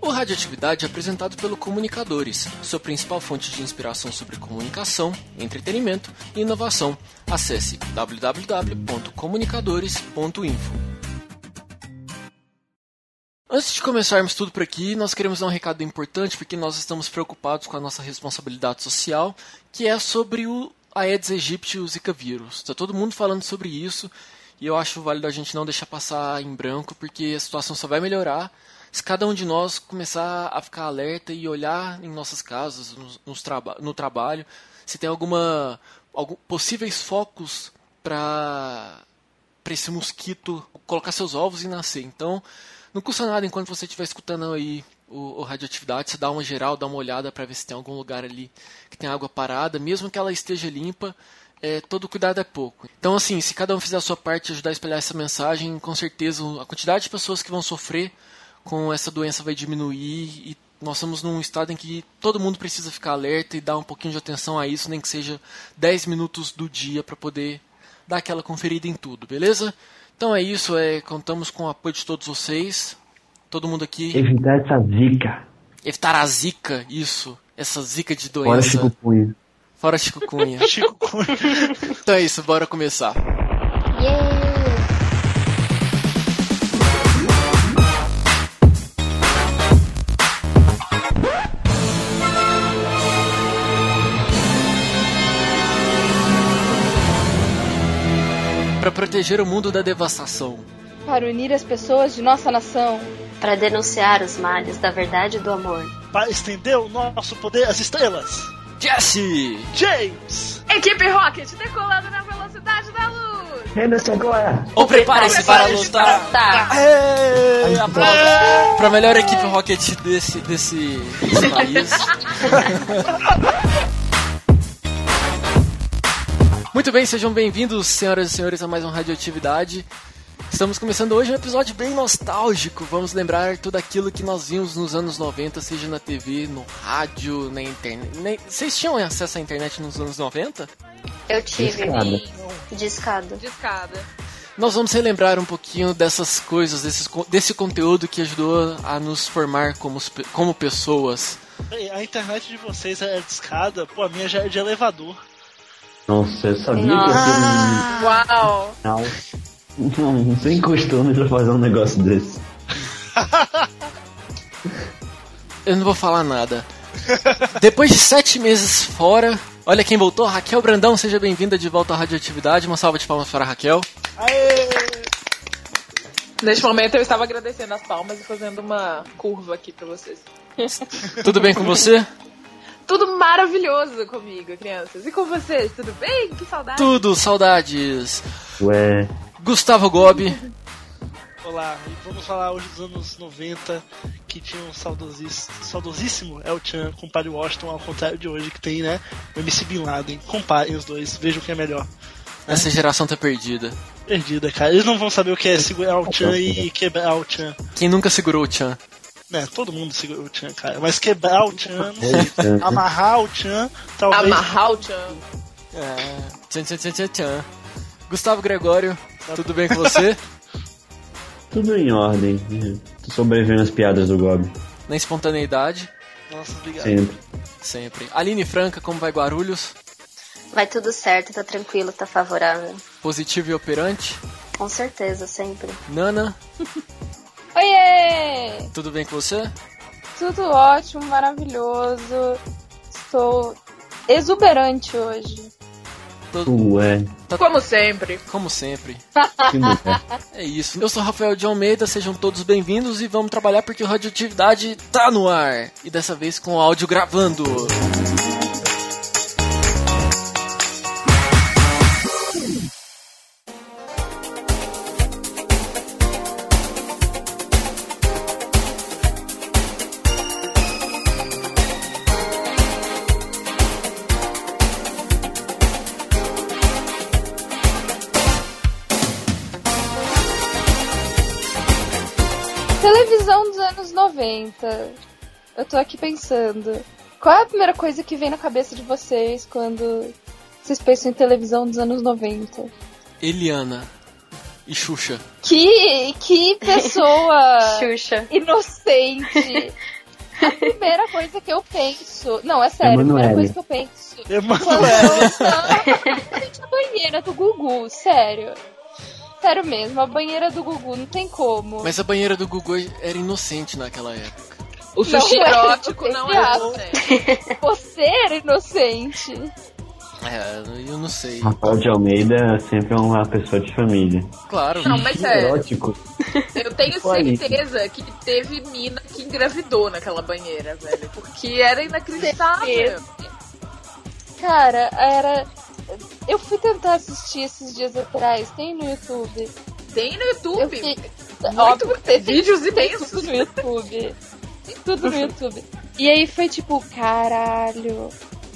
O Radioatividade é apresentado pelo Comunicadores, sua principal fonte de inspiração sobre comunicação, entretenimento e inovação. Acesse www.comunicadores.info. Antes de começarmos tudo por aqui, nós queremos dar um recado importante porque nós estamos preocupados com a nossa responsabilidade social, que é sobre o Aedes aegypti e o Zika vírus. Está todo mundo falando sobre isso e eu acho válido a gente não deixar passar em branco porque a situação só vai melhorar se cada um de nós começar a ficar alerta e olhar em nossas casas, nos, nos traba no trabalho, se tem alguma algum, possíveis focos para esse mosquito colocar seus ovos e nascer. Então, não custa nada enquanto você estiver escutando aí o, o radioatividade, você dá uma geral, dá uma olhada para ver se tem algum lugar ali que tem água parada, mesmo que ela esteja limpa, é, todo cuidado é pouco. Então, assim, se cada um fizer a sua parte e ajudar a espalhar essa mensagem, com certeza a quantidade de pessoas que vão sofrer com essa doença vai diminuir e nós estamos num estado em que todo mundo precisa ficar alerta e dar um pouquinho de atenção a isso, nem que seja 10 minutos do dia para poder dar aquela conferida em tudo, beleza? Então é isso, é, contamos com o apoio de todos vocês, todo mundo aqui. Evitar essa zica. Evitar a zica, isso, essa zica de doença. Fora Chico Cunha. Fora Chico Cunha. Chico Cunha. Então é isso, bora começar. Para proteger o mundo da devastação. Para unir as pessoas de nossa nação. Para denunciar os males da verdade e do amor. Para estender o nosso poder às estrelas. Jesse! James! Equipe Rocket, decolando na velocidade da luz! Henderson é? agora. Ou prepare-se para Ah, lutar! Tá. Aê! Aplausos. Para a melhor equipe Rocket desse, desse, desse país. Muito bem, sejam bem-vindos, senhoras e senhores, a mais um Radioatividade. Estamos começando hoje um episódio bem nostálgico. Vamos lembrar tudo aquilo que nós vimos nos anos 90, seja na TV, no rádio, na internet. Nem- Vocês tinham acesso à internet nos anos 90? Eu tive Discada. discado. De escada. Nós vamos relembrar um pouquinho dessas coisas, desses, con- desse conteúdo que ajudou a nos formar como, os pe- como pessoas. Bem, a internet de vocês é de escada, pô, a minha já é de elevador. Nossa, eu sabia Nossa. Uau! que eu tinha um Não, sem costume pra fazer um negócio desse. Eu não vou falar nada. Depois de sete meses fora, olha quem voltou, Raquel Brandão, seja bem-vinda de volta à Radioatividade. Uma salva de palmas para a Raquel. Aê! Neste momento eu estava agradecendo as palmas e fazendo uma curva aqui pra vocês. Tudo bem com você? Tudo maravilhoso comigo, crianças. E com vocês, tudo bem? Que saudade. Tudo, saudades. Ué, Gustavo Gobi. Olá, e vamos falar hoje dos anos 90, que tinha um saudosíssimo, saudosíssimo El Chan com o Padre Washington, ao contrário de hoje, que tem, né? O MC Bin Laden. Comparem os dois, vejam quem é melhor. Essa geração tá perdida. Perdida, cara. Eles não vão saber o que é segurar o Chan e quebrar o Chan. Quem nunca segurou o Chan? Né, todo mundo segura o Chan, cara. Mas quebrar o Chan, não sei. Chan. Amarrar o Chan, talvez. Amarrar o tchan. Tchan, tchan, tchan, tchan, tchan. Gustavo Gregório, tudo bem com você? tudo em ordem. né? Tô sobrevivendo às piadas do Gob, Na espontaneidade, Nossa, obrigado. sempre. sempre. Aline Franca, como vai Guarulhos? Vai tudo certo, tá tranquilo, tá favorável. Positivo e operante. Com certeza, sempre. Nana, Oiê! tudo bem com você? Tudo ótimo, maravilhoso. Estou exuberante hoje. Ué, Como sempre. Como sempre. que mulher. É isso. Eu sou Rafael de Almeida, sejam todos bem-vindos e vamos trabalhar porque o Radioatividade tá no ar. E dessa vez com o áudio gravando. Televisão dos anos 90. Eu tô aqui pensando. Qual é a primeira coisa que vem na cabeça de vocês quando vocês pensam em televisão dos anos 90? Eliana. e Xuxa. Que, que Ah. pessoa Xuxa. inocente. A primeira coisa que eu penso. Não, é sério, a primeira Emanuele. coisa que eu penso. Quando Emanuele. eu tô gente, a banheira do Gugu, sério. Sério mesmo, a banheira do Gugu não tem como. Mas a banheira do Gugu era inocente naquela época. O sushi Não é, erótico não é viado. inocente. Você era inocente. É, eu não sei. Rafael de Almeida sempre é uma pessoa de família. Claro. Não, mas é. Erótico. Eu tenho Olha isso. certeza que teve mina que engravidou naquela banheira, velho. Porque era inacreditável. Certeza. Cara, era. Eu fui tentar assistir esses dias atrás, tem no YouTube. Tem no Eu YouTube. fiquei... Muito Óbvio, bem. tem, Vídeos tem, tem imensos. tudo no YouTube. Tem tudo no YouTube. E aí foi tipo, caralho.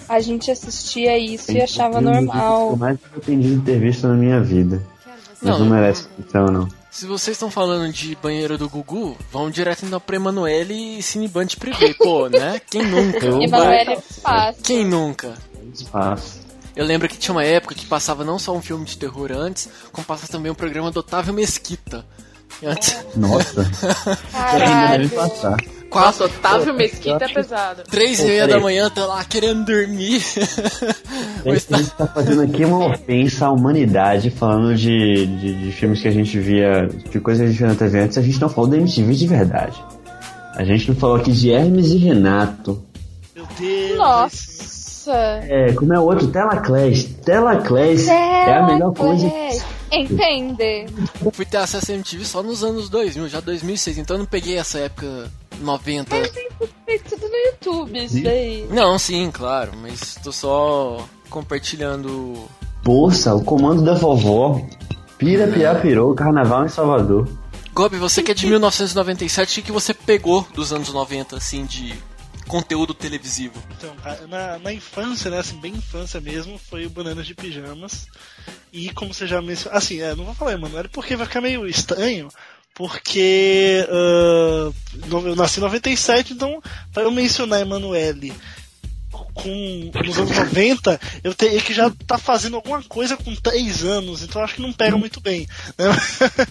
A gente assistia isso e Tem achava um dos vídeos que normal. Eu mais arrependido de ter visto na minha vida. Mas Não, não, merece atenção, não. Se vocês estão falando de banheiro do Gugu, vão direto então pra Emanuele e Cineband Privé, pô, né? Quem nunca? Eu- Emanuele é fácil. Quem nunca? Espaço. Eu lembro que tinha uma época que passava não só um filme de terror antes, como passava também um programa do Otávio Mesquita. E antes- Nossa. Ainda Caralho. deve passar. Quatro, Nossa, Otávio Mesquita eu é acho- pesado. três e Pô, meia da peraí. manhã, tá lá querendo dormir. A gente tá fazendo aqui uma ofensa à humanidade, falando de, de, de filmes que a gente via, de coisas que a gente via na TV antes, a gente não falou da MTV de verdade. A gente não falou aqui de Hermes e Renato. Meu Deus. Nossa. É, como é o outro? Telaclés. Telaclés é a melhor coisa. Telefone. Entende? Fui ter acesso à MTV só nos anos 2000, já 2006, então eu não peguei essa época 90. Tem tudo no YouTube isso daí. Não, sim, claro, mas tô só compartilhando Bolsa, o comando da vovó. Pira, piá, pirou, carnaval em Salvador. Gob, você que é de 1997, o que você pegou dos anos 90, assim, de conteúdo televisivo? Então, cara, na, na infância, né, assim, bem infância mesmo, foi o Bananas de Pijamas. E como você já mencionou, assim, é, não vou falar Emanuele porque vai ficar meio estranho, porque ah, no- eu nasci em 97, então para eu mencionar Emanuele com, nos anos 90, eu teria que já tá fazendo alguma coisa com 3 anos, então acho que não pega muito bem. né?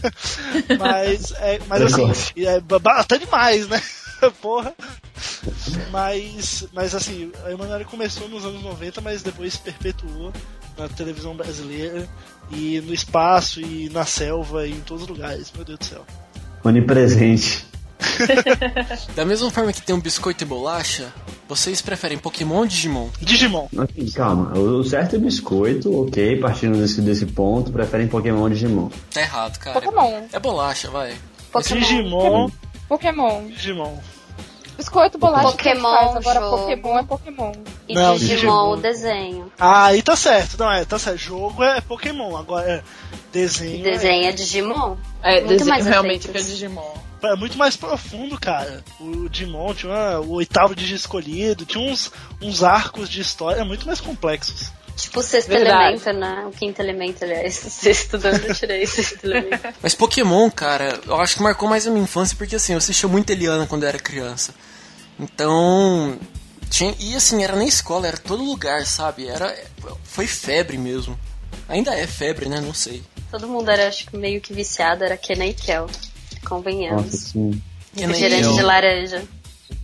mas, é, mas assim, Precoce. é, ba- ba- até demais, né? Porra. Mas, mas assim, a Emanuele começou nos anos 90, mas depois se perpetuou na televisão brasileira e no espaço e na selva e em todos os lugares, meu Deus do céu. Onipresente. Da mesma forma que tem um biscoito e bolacha, vocês preferem Pokémon ou Digimon? Digimon. Assim, calma, o certo é biscoito, ok, partindo desse, desse ponto, preferem Pokémon ou Digimon. Tá errado, cara. Pokémon. É bolacha, vai. Pokémon. Digimon, Pokémon. Digimon. Biscoito, bolacha, Pokémon, tanto faz. Agora jogo. Pokémon é Pokémon. E Não, Digimon, Digimon. o desenho. Ah, aí tá certo, não é, tá certo. Jogo é Pokémon, agora é desenho. Desenho é Digimon. É, Muito desenho mais realmente que é aceitos. Digimon. É, é muito mais profundo, cara. O Digimon tinha uma- o oitavo Digi escolhido, tinha uns, uns arcos de história muito mais complexos. Tipo o sexto Verdade. elemento, né? O quinto elemento, aliás. O sexto, de onde eu tirei o sexto elemento. Mas Pokémon, cara, eu acho que marcou mais a minha infância, porque assim, eu assistia muito Eliana quando eu era criança. Então. Tinha, e assim, era na escola, era todo lugar, sabe? Era. Foi febre mesmo. Ainda é febre, né? Não sei. Todo mundo era, acho que meio que viciado, era Kenan e Kel. Nossa, Convenhamos. sim. Tipo Que nem Refrigerante eu. de laranja.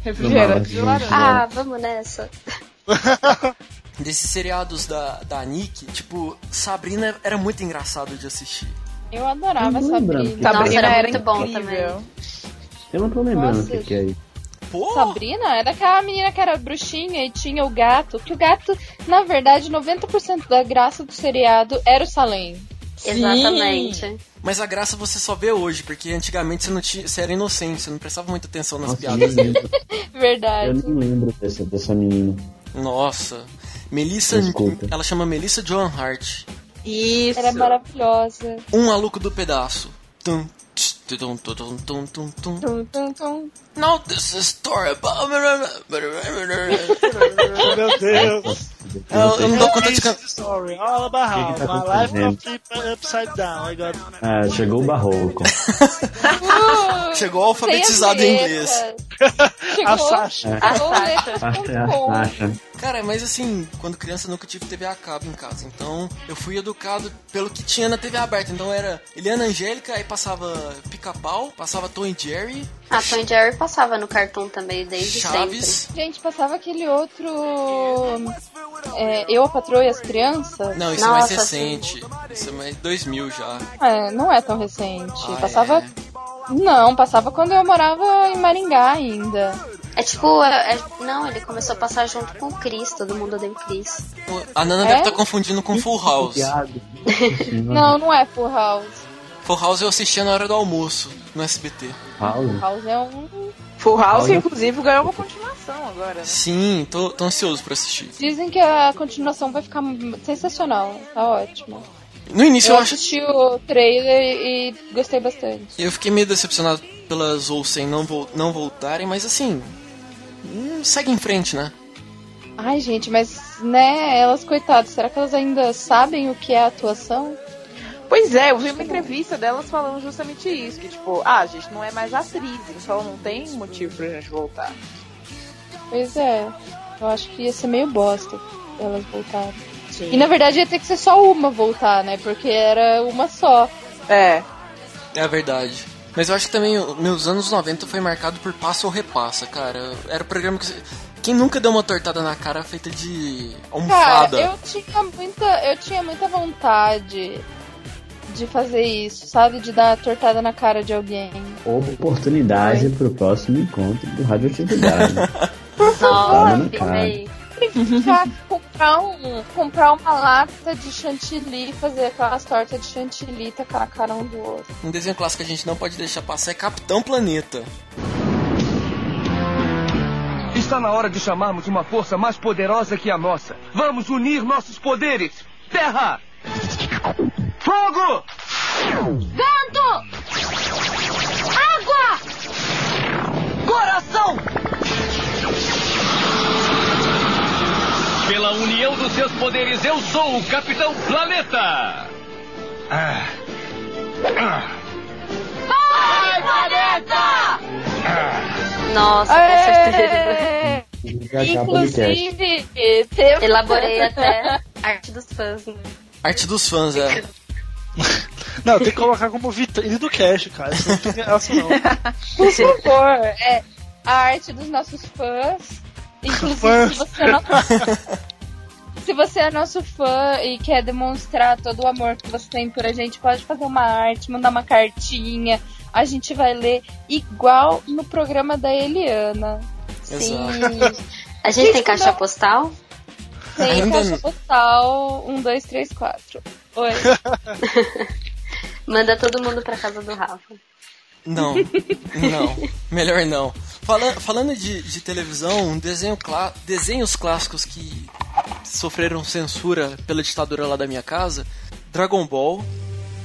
Refrigerante de Não, laranja. Ah, vamos nessa. desses seriados da, da Nick, tipo, Sabrina era muito engraçado de assistir. Eu adorava Eu não lembro Sabrina. Tá que- Nossa, era muito bom incrível. Eu não tô lembrando o Nossa, que, que é isso. Pô! Sabrina era aquela menina que era bruxinha e tinha o gato. Que o gato, na verdade, 90% da graça do seriado era o Salem. Exatamente. Mas a graça você só vê hoje, porque antigamente você, não tinha, você era inocente, você não prestava muita atenção nas Nossa, eu, nem piadas. lembro, eu Verdade. nem lembro dessa, dessa menina. Nossa. Melissa. Desculpa. Ela chama Melissa John Hart. Isso. Era maravilhosa. Um maluco do pedaço. Tum, tss, tudum, tudum, tum, tum, tum. Tum, tum, tum. Now this is story about- Meu Deus. coisa. que Eu- vocês- eu não dou conta de can- This is the story, all about how que tá my life acontecendo? got flipped upside down. I got Ah, chegou o barroco. Uh, Chegou alfabetizado em sem as inglês. letras. a Chegou, Sasha. É. chegou né? letras Acha, com com. acha. Cara, mas assim, quando criança eu nunca tive TV a cabo em casa. Então eu fui educado pelo que tinha na TV aberta. Então era Eliana Angélica, aí passava Pica-Pau, passava Tom e Jerry, A Ah, Tom e Jerry passava no cartoon também desde sempre. Chaves. Gente, passava aquele outro. é, eu, a patroa e as crianças. Não, isso é mais Nossa, recente. Isso é mais 2000 já. É, não é tão recente. Ah, passava. é. Não, passava quando eu morava em Maringá ainda. É tipo, é- é- não, ele começou a passar junto com o Chris, todo mundo odeia o Chris. Pô, A Nana É? deve estar confundindo com Full House. Piado. Uhum. Não, não é Full House. Full House eu assistia na hora do almoço, no SBT. Paulo. House é um. Full House, Olha. inclusive, ganhou uma continuação agora. né? Sim, tô, tô ansioso pra assistir. Dizem que a continuação vai ficar sensacional. Tá ótimo. No início eu eu acho assisti o trailer e gostei bastante. Eu fiquei meio decepcionado pelas Olsen não, vol não voltarem, mas assim. hum, segue em frente, né? Ai, gente, mas, né, elas, coitadas, será que elas ainda sabem o que é atuação? Pois é, eu vi uma entrevista delas falando justamente isso. Que tipo, ah, a gente não é mais atriz, então não tem motivo pra gente voltar. Pois é, eu acho que ia ser meio bosta elas voltarem. Sim. E na verdade ia ter que ser só uma voltar, né? Porque era uma só. É, É a verdade. Mas eu acho que também o- meus anos 90 foi marcado por passo ou repassa, cara. Era o programa que. você- Quem nunca deu uma tortada na cara feita de Cara, almofada? eu tinha muita. Eu tinha muita vontade de fazer isso, sabe? De dar a tortada na cara de alguém. Oportunidade pro próximo encontro do Radioatividade. Nossa, Mano, fica cara. aí. Ficar- comprar, um, comprar uma lata de chantilly, fazer aquelas tortas de chantilly, tacar a cara um do outro. Um desenho clássico que a gente não pode deixar passar é Capitão Planeta. Está na hora de chamarmos uma força mais poderosa que a nossa. Vamos unir nossos poderes. Terra! Fogo! Água! Coração! Pela união dos seus poderes, eu sou o Capitão Planeta! Ah. Ah. Vai, planeta! Nossa, com certeza. É, Já acaba o podcast. Inclusive, teve- Elaborei até arte dos fãs. né? Arte dos fãs, é. Não, tem que colocar como vitrine do cast, cara. Isso não tem graça, não. por favor, é a arte dos nossos fãs. Inclusive, Fãs. se você, é nosso... se você é nosso fã e quer demonstrar todo o amor que você tem por a gente, pode fazer uma arte, mandar uma cartinha. A gente vai ler igual no programa da Eliana. Sim, A gente tem Gente, caixa não. postal? tem Ainda caixa não. postal 1234. Oi. Manda todo mundo pra casa do Rafa. Não, não, melhor não. Fala- falando de, de televisão, um desenho clá- desenhos clássicos que sofreram censura pela ditadura lá da minha casa, Dragon Ball,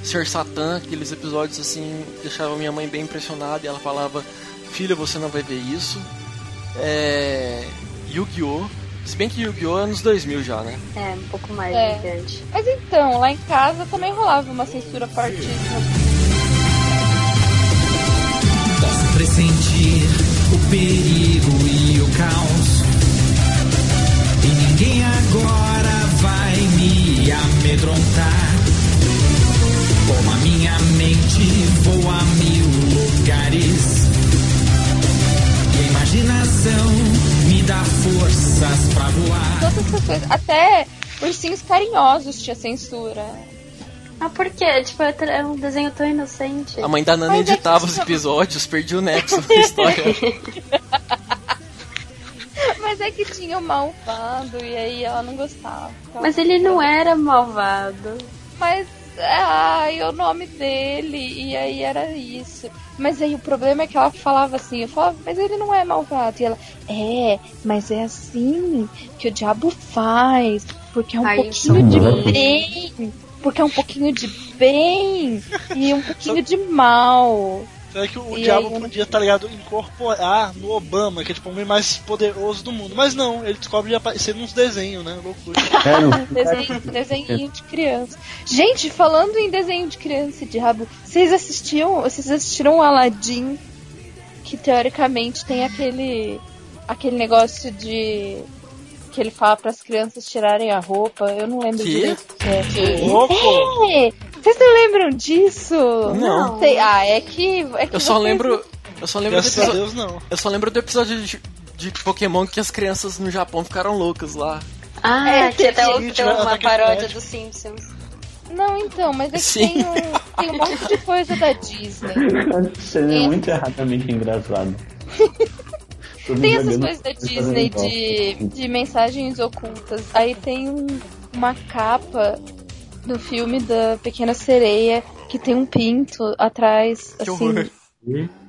Sr. Satan, aqueles episódios assim, deixavam minha mãe bem impressionada e ela falava, filha, você não vai ver isso. É, Yu-Gi-Oh! Se bem que Yu-Gi-Oh! é anos 2000 já, né? É, um pouco mais É. adiante. Mas então, lá em casa também rolava uma censura fortíssima. pressentir o perigo e o caos. E ninguém agora vai me amedrontar. Com a minha mente vou a mil lugares. E a imaginação me dá forças pra voar. Todas essas coisas. Até ursinhos carinhosos tinha censura. Ah, por quê? Tipo, é tra- é um desenho tão inocente. A mãe da Nana Mas é que editava os tinha- episódios, perdi o nexo da história. Mas é que tinha o malvado e aí ela não gostava. Então- Mas ele não era malvado. Mas. Ai, é o nome dele, e aí era isso. Mas aí o problema é que ela falava assim, eu falava, mas ele não é malvado. E ela, é, mas é assim que o diabo faz, porque é um Ai, pouquinho de isso. bem, porque é um pouquinho de bem e um pouquinho de mal. Então é que o E diabo aí, eu não- podia, tá ligado, incorporar no Obama, que é tipo o homem mais poderoso do mundo. Mas não, ele descobre aparecendo uns desenhos, né? Loucura. Era um- Desenho, desenho de criança. Gente, falando em desenho de criança e diabo, vocês assistiam, vocês assistiram o Aladdin, que teoricamente tem aquele aquele negócio de que ele fala para as crianças tirarem a roupa. Eu não lembro Que? direito o que é. Louco! É, Vocês não lembram disso? Não. Sei- ah, é que, é que Eu só vocês- lembro. Eu só lembro, do Graças a episódio, Deus, não. eu só lembro do episódio de, de Pokémon que as crianças no Japão ficaram loucas lá. Ah, É, que até que- o- Gente, tem ela tá uma com paródia inveja. dos Simpsons. Não, então, mas é que Sim. tem um, tem um monte de coisa da Disney. Você é muito erradamente engraçado. Tô me Tem essas jogando- coisas da tô Disney fazendo de, igual. de mensagens ocultas. Aí tem um- uma capa do filme da Pequena Sereia que tem um pinto atrás, Que assim. horror.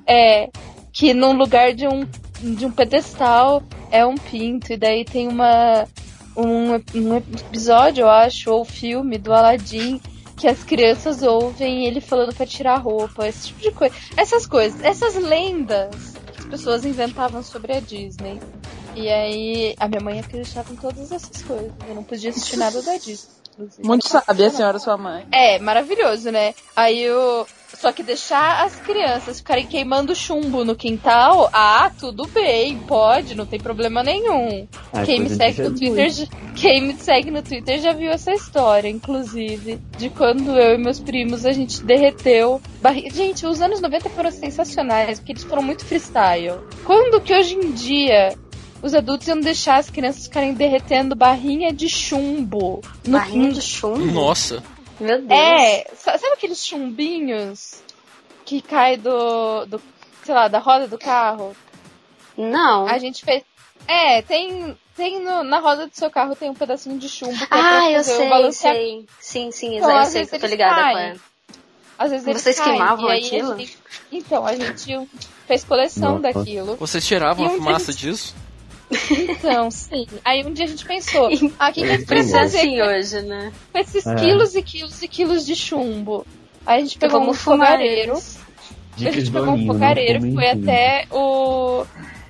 É, que num lugar de um, de um pedestal é um pinto. E daí tem uma um, ep- um episódio, eu acho, ou filme do Aladdin que as crianças ouvem ele falando pra tirar a roupa, esse tipo de coisa. Essas coisas, essas lendas que as pessoas inventavam sobre a Disney. E aí a minha mãe acreditava em todas essas coisas. Eu não podia assistir nada da Disney. inclusive. Muito sábia a senhora, sua mãe. É, maravilhoso, né? Aí o. Só que deixar as crianças ficarem queimando chumbo no quintal, ah, tudo bem, pode, não tem problema nenhum. Ah, quem me coisa de segue no Jesus. Twitter, já- quem me segue no Twitter já viu essa história, inclusive, de quando eu e meus primos a gente derreteu. barri- Gente, os anos 90 foram sensacionais, porque eles foram muito freestyle. Quando que hoje em dia os adultos iam deixar as crianças ficarem derretendo barrinha de chumbo no, Barrinha de chumbo? Nossa. Meu Deus. é, sa- sabe aqueles chumbinhos que cai do, do, sei lá, da roda do carro? Não. A gente fez. É, tem, tem no- na roda do seu carro tem um pedacinho de chumbo que é Ah, pra eu fazer o sei, balanceamento. sei. Sim, sim, Então, eu às sei vezes que eu tô eles ligada com caem. ela. Às vezes eles Vocês caem, queimavam e aí a aquilo? gente- então, a gente fez coleção Nossa. daquilo. Vocês tiravam E a onde fumaça disso? Então, sim. Aí um dia a gente pensou, Então, ah, o que que a gente Pra ser precisa fazer assim hoje, né? com esses É. quilos e quilos e quilos de chumbo? Aí a gente Então pegou um vamos fumar fogareiro. eles. A Dicas gente do pegou um Aninho, né? não fogareiro, comem foi tudo. até o,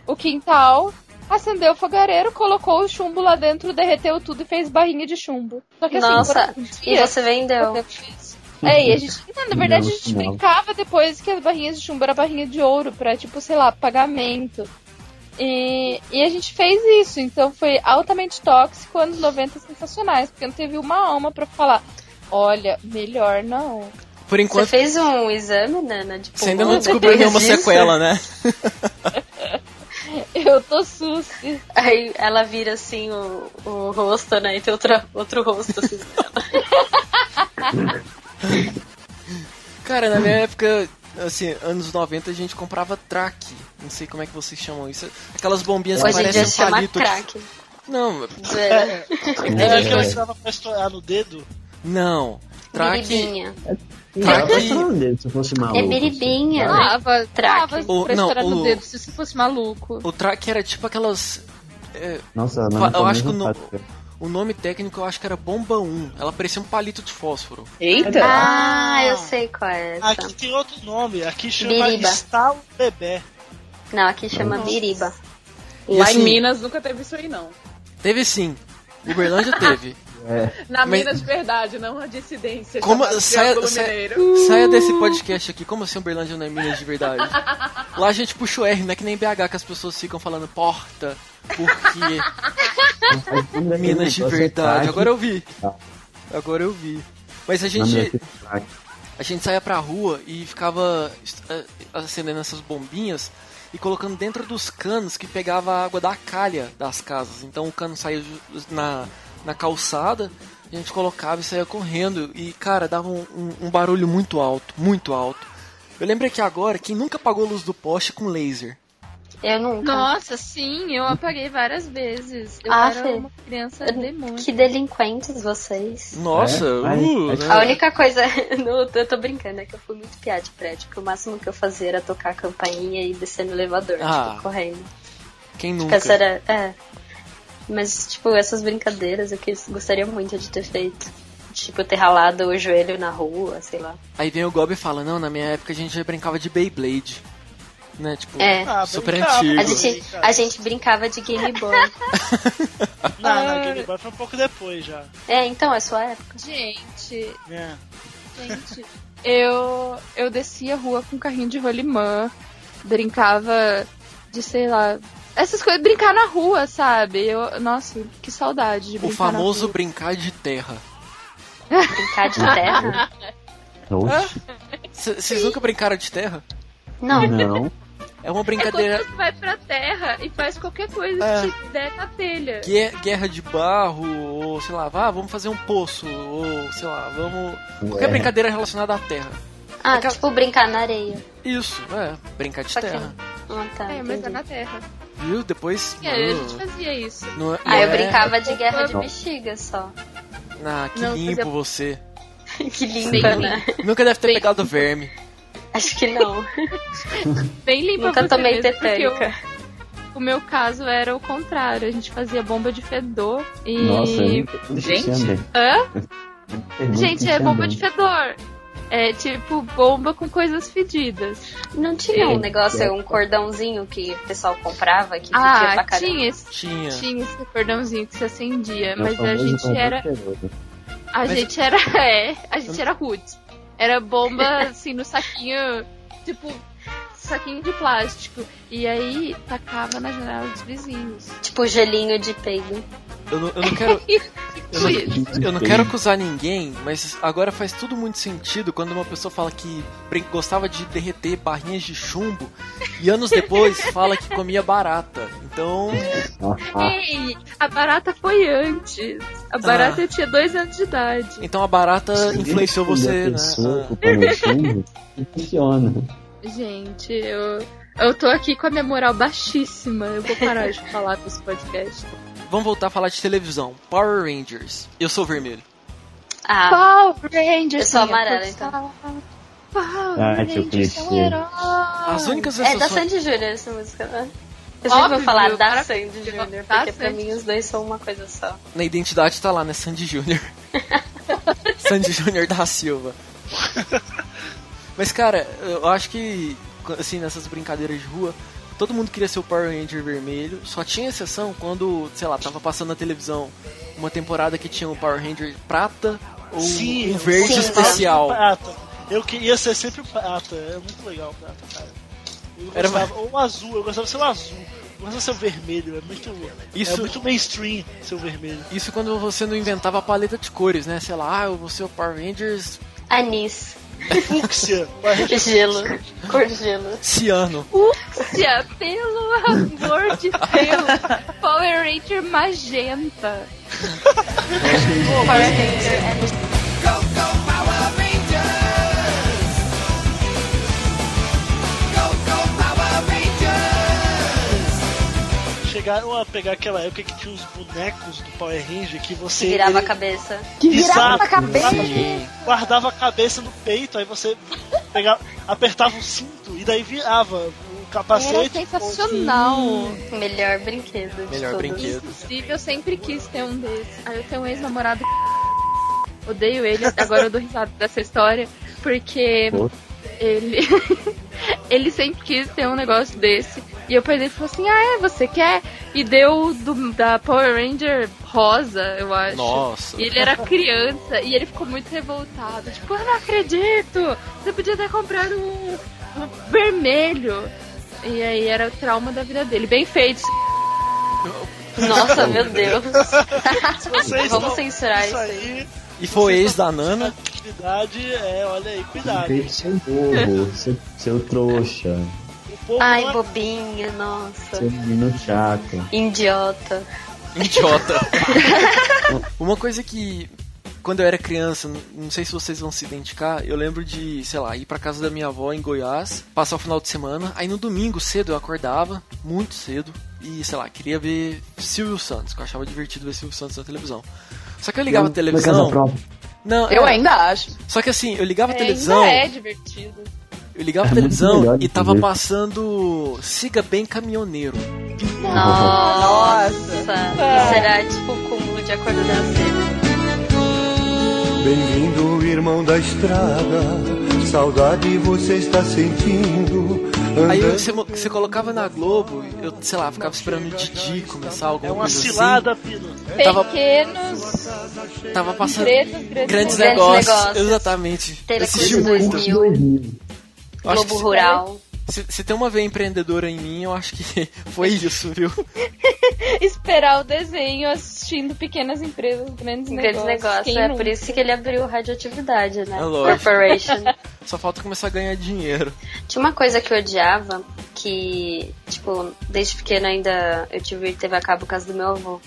o quintal, acendeu o fogareiro, colocou o chumbo lá dentro, derreteu tudo e fez barrinha de chumbo. Só que assim, Nossa, por uns E dias, você vendeu. fazendo isso. É, e a gente, não, na verdade, a gente Não, não. brincava depois que as barrinhas de chumbo era barrinha de ouro, pra, tipo, sei lá, pagamento. E, e a gente fez isso, então foi altamente tóxico, anos 90 sensacionais, porque não teve uma alma pra falar, olha, melhor não. Por Você enquanto, fez um exame, Nana? um De você ainda pulmão, né? não descobriu tem nenhuma registro? sequela, né? Eu tô susto. Aí ela vira assim o, o rosto, né? E tem outra, outro rosto assim. Cara, na minha época, assim, anos 90, a gente comprava track. Não sei como é que vocês chamam isso. Aquelas bombinhas que é Hoje em parecem dia um chama palito. crack. É Não, Zoeira. Era que ela É. estava pra estourar no dedo. não. Track. Biribinha. Cara, Track. eu não dele se eu fosse maluco. É biribinha. sabe? Ah. Dava, Traque. dava O- pra não, estourar o- no dedo se você fosse maluco. O track era tipo aquelas. é, Nossa, tá Fa- não eu acho que não- o nome técnico eu acho que era Bomba 1. Ela parecia um palito de fósforo. Eita! Ah, eu sei qual é essa. Aqui tem outro nome, aqui chama Biriba. Estalo Bebê. Não, aqui chama biriba. E Lá assim, em Minas nunca teve isso aí, não. Teve sim. Uberlândia teve. É. Na Mas- Minas de verdade, não a dissidência. Como- chamada saia- Triângulo saia- Mineiro. Saia desse podcast aqui. Como assim Uberlândia não é Minas de verdade? Lá a gente puxou R, não é que nem BH que as pessoas ficam falando porta, porque um Minas de verdade. Agora eu vi. Tá. Agora eu vi. Mas a gente, a gente saía pra rua e ficava est- eh, acendendo essas bombinhas e colocando dentro dos canos que pegava a água da calha das casas. Então o cano saía ju- na, na calçada, a gente colocava e saía correndo. E, cara, dava um, um- um barulho muito alto, muito alto. Eu lembro aqui agora, quem nunca apagou a luz do poste com laser? Eu nunca. Nossa, sim, eu apaguei várias vezes. Eu Ah, era Fê. uma criança demônio. Que delinquentes vocês. Nossa, Ai, uh, ai, né? A única coisa, não, eu tô brincando, é que eu fui muito piada de prédio, porque o máximo que eu fazia era tocar a campainha e descer no elevador, Ah, tipo, correndo. quem nunca? Essa era, tipo, é. Mas, tipo, essas brincadeiras eu quis- gostaria muito de ter feito. Tipo, ter ralado o joelho na rua, sei lá. Aí vem o Gob e fala, não, na minha época a gente já brincava de Beyblade. Né, tipo, É. Ah, super brincava. antigo. A gente, a gente brincava de Game Boy. Não, não, Game Boy foi um pouco depois já. É, então, é sua época. Gente, É. gente. Eu, eu descia a rua com um carrinho de rolimã, brincava de, sei lá, essas coisas, brincar na rua, sabe? Eu, nossa, que saudade de O brincar na famoso rua. brincar de terra. Brincar de terra. Oxi, C- Vocês nunca brincaram de terra? Não, não. É uma É quando brincadeira você vai pra terra e faz qualquer coisa É. que te der na telha. gue- guerra de barro, ou sei lá, ah, vamos fazer um poço, ou sei lá, vamos. Qualquer Ué. brincadeira relacionada à terra. Ah, Aquela- tipo brincar na areia. Isso, é, brincar de Só que- terra. Ah, tá. É, mas é entendi. na terra. Viu? Depois. É, a Hum. gente fazia isso. não- não Ah, eu é- brincava de guerra de Não. bexiga só. Ah, que Não, limpo fazia- você. que limpa, né? Nunca deve ter pegado verme. Acho que não. Bem limpa Nunca você tomei mesmo, porque eu- tetânica. O meu caso era o contrário, a gente fazia bomba de fedor e. Nossa, eu nunca- nunca Gente. entendo. Hã? é Eu nunca Gente, é entendo. bomba de fedor. É tipo bomba com coisas fedidas. Não tinha um Sim. negócio, um cordãozinho que o pessoal comprava que fedia é pra Ah, caramba. tinha esse, Tinha. tinha esse cordãozinho que se acendia, É o mas a famoso gente cordão era. peludo. A Mas- gente era. É, a gente era rude. Era bomba, assim, no saquinho. Tipo, saquinho de plástico. E aí tacava na janela dos vizinhos. Tipo gelinho de peido. Eu não, eu não quero. eu, não, Tipo isso. eu não quero acusar ninguém, mas agora faz tudo muito sentido quando uma pessoa fala que brin- gostava de derreter barrinhas de chumbo e anos depois fala que comia barata. Então. Ah, Ei, a barata foi antes. A barata Ah. eu tinha dois anos de idade. Então a barata se influenciou você, isso da né? pessoa Ah. ocupando o fundo, Funciona. Gente, eu. Eu tô aqui com a minha moral baixíssima. Eu vou parar de falar desse podcast. Ah. Vamos voltar a falar de televisão. Power Rangers. Eu sou vermelho. Ah, Power Rangers! Eu sou minha amarela, produção. Ah, Power que Rangers é um clichê. herói. As únicas é da sensações. Sandy Júnior essa música, né? Eu sempre Óbvio, vou falar da cara, Sandy Júnior, porque da pra Sandy. mim os dois são uma coisa só. Na identidade tá lá, né? Sandy Júnior. Sandy Júnior da Silva. Mas, cara, eu acho que, assim, nessas brincadeiras de rua, todo mundo queria ser o Power Ranger vermelho. Só tinha exceção quando, sei lá, tava passando na televisão uma temporada que tinha um Power Ranger prata ou Sim, um verde sim. especial. Prata. Eu queria ser sempre o prata. É muito legal o prata, cara. Eu Era gostava, Ou o azul, eu gostava de ser o azul. Eu gostava de ser o vermelho, é muito. Isso- É muito mainstream ser o vermelho. Isso quando você não inventava a paleta de cores, né? Sei lá, ah, eu vou ser o Power Rangers Anis, Fúcsia. gelo, cor de gelo. ciano. Tia, pelo amor de Deus! Power Ranger magenta. Chegaram a pegar aquela época que tinha os bonecos do Power Ranger que você. Que virava a ele- cabeça. Que virava Exato. a cabeça. Sim. guardava a cabeça no peito, aí você pegava, apertava o cinto e daí virava o Era capacete. sensacional. Hum. Melhor brinquedo de Melhor todos. brinquedo. Inclusive, eu sempre quis ter um desses. Aí eu tenho um ex-namorado que odeio ele, agora eu dou risada dessa história, porque Pô. ele ele sempre quis ter um negócio desse. E eu perdi e falou assim: "Ah, é, você quer?" E deu do da Power Ranger rosa, eu acho. Nossa. E ele era criança e ele ficou muito revoltado. Tipo, eu não acredito! Você podia ter comprado um, um vermelho. E aí era o trauma da vida dele. Bem feito, Nossa, meu Deus. Vocês Vamos não- censurar isso isso aí. aí. E foi ex da Nana. Atividade é, olha aí, cuidado. Feito seu é bobo, seu, seu trouxa, O povo Ai, não é- bobinho, nossa. seu menino chato. Idiota. Idiota. Uma coisa que quando eu era criança, n- não sei se vocês vão se identificar, eu lembro de, sei lá, ir pra casa da minha avó em Goiás, passar o final de semana, aí no domingo cedo eu acordava, muito cedo, e sei lá, queria ver Silvio Santos, que eu achava divertido ver Silvio Santos na televisão. Só que eu ligava a Na casa televisão. própria. Não, Eu é, ainda acho. Só que assim, eu ligava a É, televisão. ainda é divertido. Eu ligava a É muito televisão melhor, e tava inclusive. passando Siga Bem Caminhoneiro. Uhum. É. Nossa. Será tipo o cúmulo de acordar cedo. Bem-vindo, irmão da estrada. Saudade você está sentindo. Andando... Aí Uhum. você, você colocava na Globo, eu sei lá, ficava esperando o Didi começar alguma É uma coisa cilada, assim. Pino. Tava- Pequenos, Tava passando pretos, grandes, grandes Grandes negócios. negócios. Exatamente. Eu assisti Telecurso muito. 2000, Eu acho que Globo se- Rural. Se, se tem uma veia empreendedora em mim, eu acho que foi isso, viu? esperar o desenho assistindo pequenas empresas, grandes um Grandes negócios. negócios. Quem É nunca? por isso que ele abriu radioatividade, né? É lógico. Corporation. Só falta começar a ganhar dinheiro. Tinha uma coisa que eu odiava, que, tipo, desde pequena ainda eu tive TV a cabo por causa do meu avô.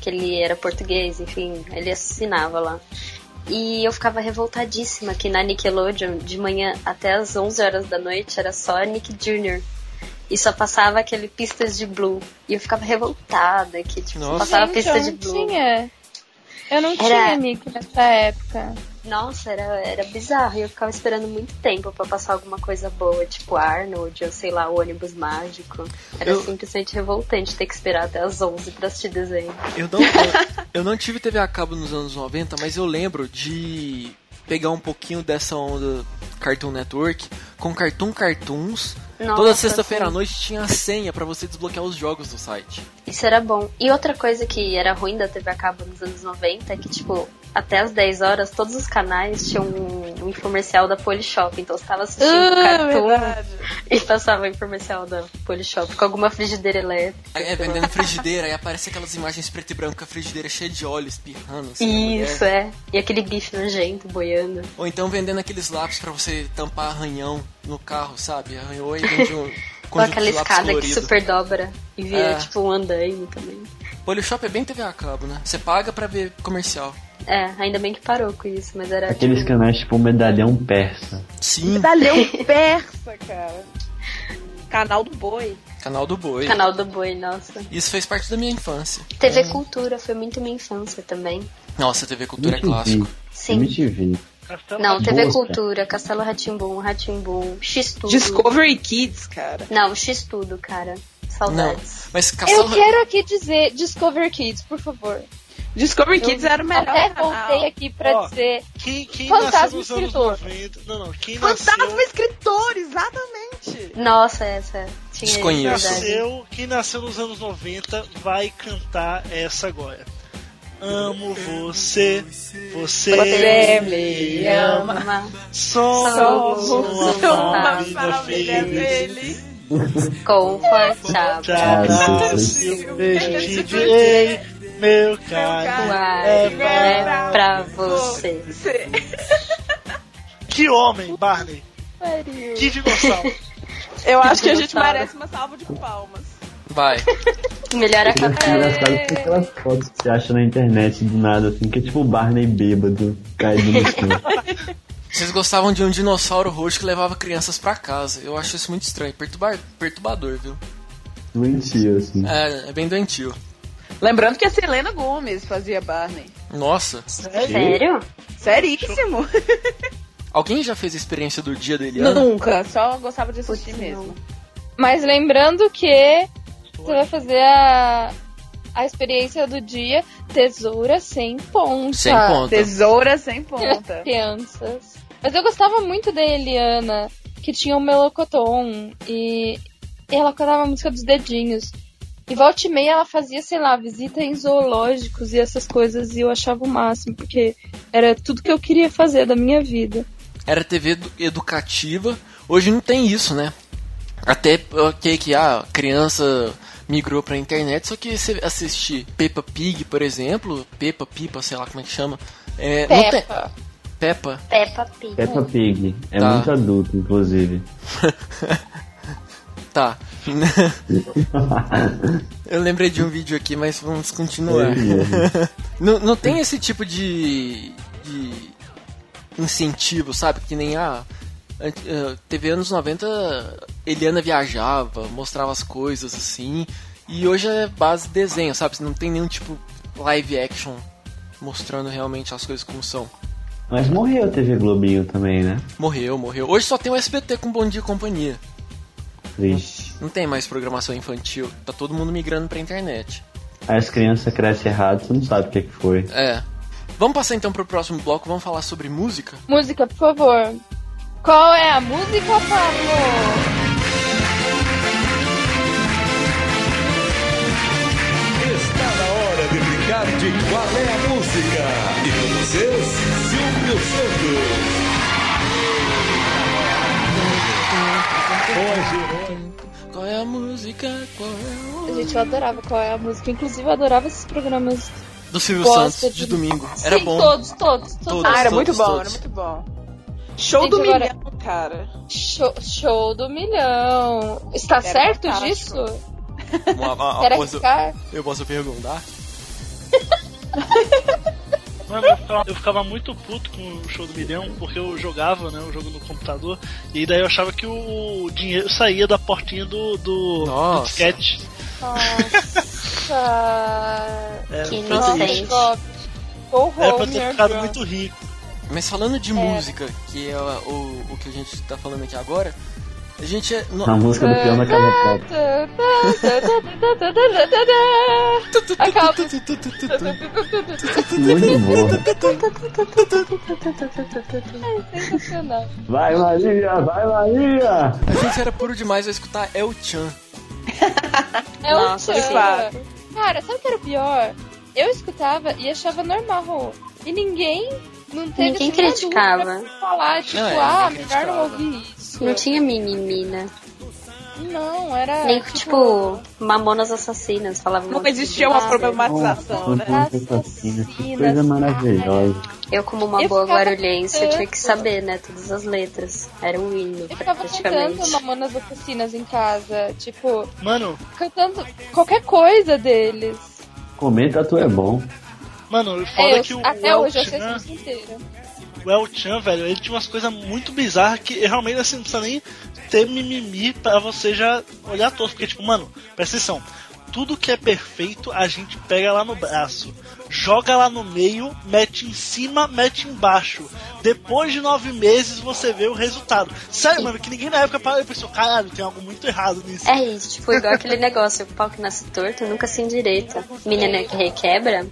Que ele era português, enfim, ele assinava lá. E eu ficava revoltadíssima que na Nickelodeon, de manhã até as 11 horas da noite, era só Nick Jr. E só passava aquele Pistas de Blue. E eu ficava revoltada que, tipo, só Nossa. passava Gente, Pista eu de não Blue. tinha. Eu não Era- tinha Nick nessa época. Nossa, era, era bizarro. E eu ficava esperando muito tempo pra passar alguma coisa boa, tipo Arnold, ou sei lá, o ônibus mágico. Era Eu- simplesmente revoltante ter que esperar até as 11 pra assistir desenho. Eu não, eu, eu não tive TV a cabo nos anos 90, mas eu lembro de pegar um pouquinho dessa onda Cartoon Network com Cartoon Cartoons. Toda Nossa, assim, sexta-feira à sim. noite tinha a senha pra você desbloquear os jogos do site. Isso era bom. E outra coisa que era ruim da TV a cabo nos anos 90 é que, tipo, até as 10 horas, todos os canais tinham um, um infomercial da Polishop. Então você tava assistindo É cartoon e passava o infomercial da Polishop com alguma frigideira elétrica. Aí, É, vendendo frigideira, aí aparece aquelas imagens preto e branco com a frigideira é cheia de óleo espirrando. assim, na mulher. Isso, é. E aquele bife nojento boiando. Ou então vendendo aqueles lápis pra você tampar arranhão no carro, sabe? Arranhou e vende um Com conjunto aquela de lápis escada que colorido. super dobra e vira É. tipo um andaime também. Polishop é bem TV a cabo, né? Você paga pra ver comercial. É, ainda bem que parou com isso, mas era Aqueles tipo, canais tipo medalhão persa. Sim, Valeu persa, cara. Canal do boi. canal do boi. canal do boi, nossa. Isso fez parte da minha infância. TV Cultura foi muito minha infância também. Nossa, TV Cultura é MTV. clássico. Sim. MTV. Castelo Não, TV Boa, Cultura, Castelo Ratimbum, Ratimbum, X Tudo. Discovery Kids, cara. Não, X Tudo, cara. Não, Saudades. mas Eu Castelo... quero aqui dizer Discover Kids, por favor. Discovery Kids era o melhor Até voltei canal. aqui pra Ó. dizer Quem, quem nasceu Fantasma nos anos escritor. 90. Não, não. Quem Fantasma nasceu, escritor, exatamente. Nossa, essa. Tinha Desconheço. saudade. nasceu, quem nasceu nos anos 90 vai cantar essa agora. Amo você, você, Você me Ama. Somos Somos uma uma família família feliz. Confortável. Abraço, beijo, te direi, meu caro. Uai, É é pra você. Que homem, Barney. Que dinossauro. Eu acho que a gente Dinossauro. merece uma salva de palmas. Vai. Melhor a capela. Engraçado que tem aquelas fotos que você acha na internet do nada, assim, que é tipo o Barney bêbado caído no chão. Vocês gostavam de um dinossauro roxo que levava crianças pra casa. Eu acho isso muito estranho. Perturba... Perturbador, viu? Doentio, assim. É, é bem doentio. Lembrando que a Selena Gomes fazia Barney. Nossa. um. Sério? Seríssimo. Alguém já fez a experiência do dia da Eliana? Nunca, só gostava de assistir Putz, mesmo. não. Mas lembrando que você vai fazer a, a experiência do dia tesoura sem ponta. Sem ponta. Tesoura sem Para ponta. crianças. Mas eu gostava muito da Eliana, que tinha o melocotão e ela cantava a música dos dedinhos. E volta e meia ela fazia, sei lá, visita em zoológicos e essas coisas, e eu achava o máximo, porque era tudo que eu queria fazer da minha vida. Era TV edu- educativa. Hoje não tem isso, né? Até ok que a criança migrou pra internet, só que você assistir Peppa Pig, por exemplo, Peppa Pipa, sei lá como é que chama. É, não tem- Peppa. Peppa. Peppa Pig. Peppa Pig. É Tá. muito adulto, inclusive. Tá. Eu lembrei de um vídeo aqui, mas vamos continuar. não, não tem esse tipo de, de incentivo, sabe? Que nem ah, a. a- a- Teve anos 90, Eliana viajava, mostrava as coisas assim. E hoje é base de desenho, sabe? Não tem nenhum tipo live action mostrando realmente as coisas como são. Mas morreu a TV Globinho também, né? Morreu, morreu. Hoje só tem o SBT com Bom Dia e Companhia. Triste. Não tem mais programação infantil. Tá todo mundo migrando pra internet. Aí as crianças crescem errado, você não sabe o que, que é foi. É. Vamos passar então pro próximo bloco, vamos falar sobre música? Música, por favor. Qual é a música, Pablo? Está na hora de brincar de qual é a música. E com vocês, Silvio Santos. Hoje, qual é a música? Qual é a música? Gente, eu adorava qual é a música. Inclusive, eu adorava esses programas. Do Silvio Santos, de, de domingo. Sim, era bom. Todos, todos, todos. todos ah, era todos, muito bom, todos. era muito bom. Show Gente, do milhão, agora... cara. Show, show, do milhão. Está era certo fantástico. disso? Uma, uma, Será posso, que ficar? eu posso perguntar? Mano, eu ficava, eu ficava, muito puto com o show do milhão, porque eu jogava, né? O jogo no computador, e daí eu achava que o dinheiro saía da portinha do, do, do disquete. Nossa! é, que nossa, Oh, Horror, Era pra ter ficado Deus. muito rico. Mas falando de é. música, que é o, o que a gente tá falando aqui agora, a gente é. No... A música do piano da Casa Pop. Acaba. Muito boa. É sensacional. Vai, Maria! Vai, Maria! A gente era puro demais a escutar El Chan. El Nossa, de Chan. fato. É Cara, sabe o que era o pior? Eu escutava e achava normal. E ninguém não teve Ninguém nenhum criticava. adulto pra falar, tipo, Não, é, ah, ninguém melhor não criticava. ouvir isso. Não tinha mimimina. Não, era. Nem tipo, Mamonas Assassinas falava Não muito existia disso. uma problematização, né? Que coisa maravilhosa. Eu, como uma Eu boa ficava guarulhense, eu tinha que cantando. saber, né? Todas as letras. Era um hino, Eu ficava praticamente. cantando Mamonas Assassinas em casa, tipo, Mano, cantando qualquer coisa deles. Comenta, tu é bom. mano, É, foda eu- que o, né? até o El hoje eu sei Chan- essa música inteira. é o El Chan, velho, ele tinha umas coisas muito bizarras que realmente assim, não precisa nem ter mimimi pra você já olhar torto. Porque, tipo, mano, presta atenção. Tudo que é perfeito a gente pega lá no braço, joga lá no meio, mete em cima, mete embaixo. Depois de nove meses você vê o resultado. Sério, mano, que ninguém na época parou e pensou: caralho, tem algo muito errado nisso. É isso, tipo, igual aquele negócio, o pau que nasce torto nunca se endireita. Menina que requebra,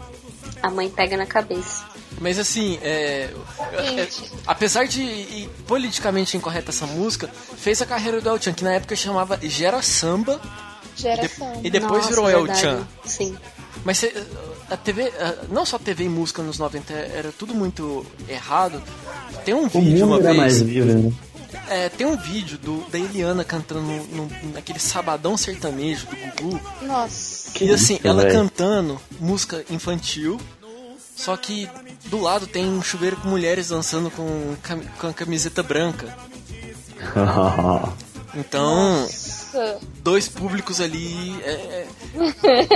a mãe pega na cabeça. Mas assim, é, é- é- apesar de e, politicamente incorreta essa música, fez a carreira do El Chan, que na época chamava Gera Samba e, de- Geração. e depois Nossa, virou El verdade. Chan. Sim. Mas cê- a TV, a- não só TV e música nos 90 era tudo muito errado. Tem um O vídeo mundo uma era mais vez, livre, né? é, tem um vídeo do, da Eliana cantando no- no- naquele sabadão sertanejo do Gugu. Nossa. e assim, isso, ela véi. cantando música infantil, só que do lado tem um chuveiro com mulheres dançando com, cam- com a camiseta branca. Então, Nossa. dois públicos ali. É, é,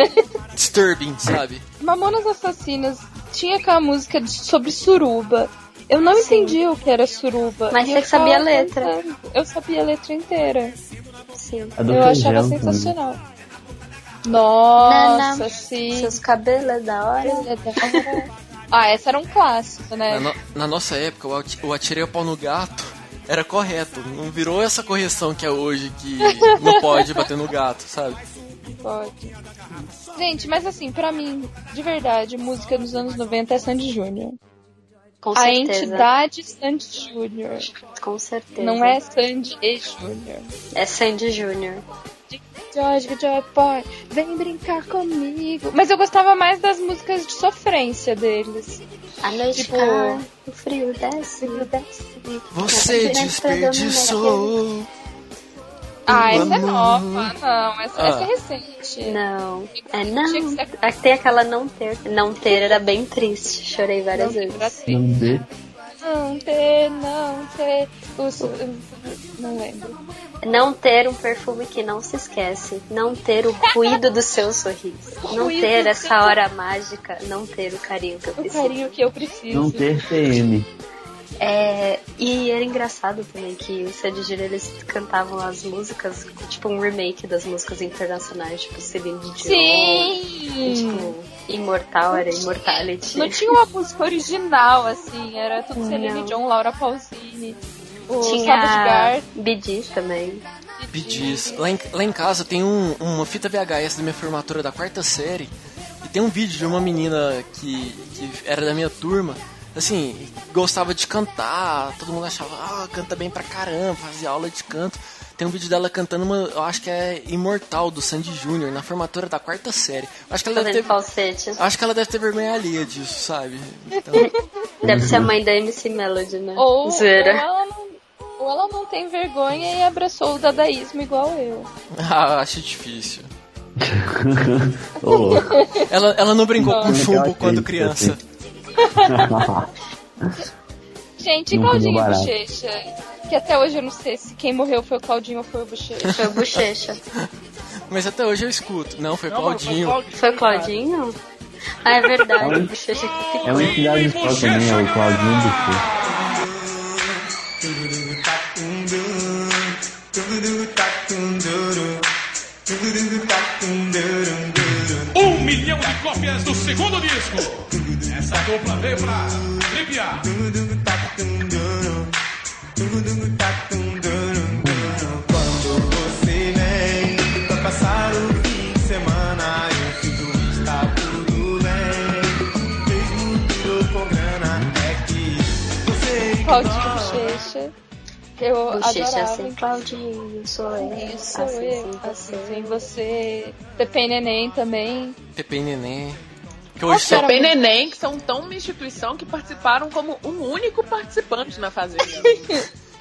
disturbing, sabe? Mamonas Assassinas tinha aquela música de- sobre suruba. Eu não entendi o que era suruba. Mas e você eu que sabia a ficava letra. cantando. Eu sabia a letra inteira. Sim. A do eu achava Frangel, né? sensacional. Nossa, Nana, sim. Seus cabelos é da hora. Ah, essa era um clássico, né? Na, no- na nossa época, o ati- o atirei o pau no gato era correto. Não virou essa correção que é hoje, que não pode bater no gato, sabe? Pode. Gente, mas assim, pra mim, de verdade, música dos anos 90 é Sandy Júnior. Com A certeza. entidade Sandy Júnior. Com certeza. Não é Sandy e Júnior. É Sandy Júnior. George, George Boy, vem brincar comigo. Mas eu gostava mais das músicas de sofrência deles. A noite Tipo- cai, o frio desce, o desce. Você Direto pra desperdiçou. Ah, Eu essa é amo. nova. Não, essa, Ah. essa é recente. Uhum. Não, é Tinha não. que ser- Até aquela não ter. Não ter era bem triste. Chorei várias Não, vezes. era assim. Não dê. Não ter, não ter. o su- Não lembro. Não ter um perfume que não se esquece. Não ter o ruído do seu sorriso. O Não ruído ter do seu- essa hora mágica. Não ter o carinho que eu O preciso. carinho que eu preciso. Não ter TM. É, e era engraçado também que o Sandy Júnior eles cantavam as músicas, tipo um remake das músicas internacionais, tipo Celine Dion. e, Sim! Tipo, Imortal era Immortality. Não tinha uma música original, assim, era tudo Celine Não. Dion, Laura Pausini, o Tinha Savage Bidis também. Garden. Bee Gees. Lá em, lá em casa tem um- uma fita VHS da minha formatura da quarta série. E Tem um vídeo de uma menina que, que era da minha turma, assim, gostava de cantar, todo mundo achava, ah, canta bem pra caramba, fazia aula de canto. Tem um vídeo dela cantando uma, eu acho que é Imortal, do Sandy Júnior, na formatura da quarta série. Acho que ela Fazendo deve ter, falsete. acho que ela deve ter vergonha alheia disso, sabe? Então, Deve ser a mãe da MC Melody, né? Ou, ou, Zoeira. ela não, ou ela não tem vergonha e abraçou o dadaísmo igual eu. ah, acho difícil. Ô, louco. Ela, ela não brincou Não. com chumbo Legal, quando sim, é criança. Gente, e Nunca deu Claudinho barato. Bochecha? Que até hoje eu não sei se quem morreu foi o Claudinho ou foi o Bochecha. Foi o Bochecha. Mas até hoje eu escuto. Não, foi Claudinho. Foi o Claudinho? Ah, é verdade. Ai. o Bochecha É uma entidade só também, é o Claudinho do Sul. Um milhão de cópias do segundo disco. Essa dupla veio pra tripear. Quando você vem pra passar o fim de semana, eu sinto que está tudo bem. Mesmo tiro com grana, é que você Claudinho Bochecha. Eu Bochecha adorava. assim, Claudinho, sou eu. Isso sou assim, eu, assim, assim, sem você. Pepe Neném também. TP Neném. Que hoje Nossa, são... o Neném, que são tão uma instituição que participaram como um único participante na Fazenda.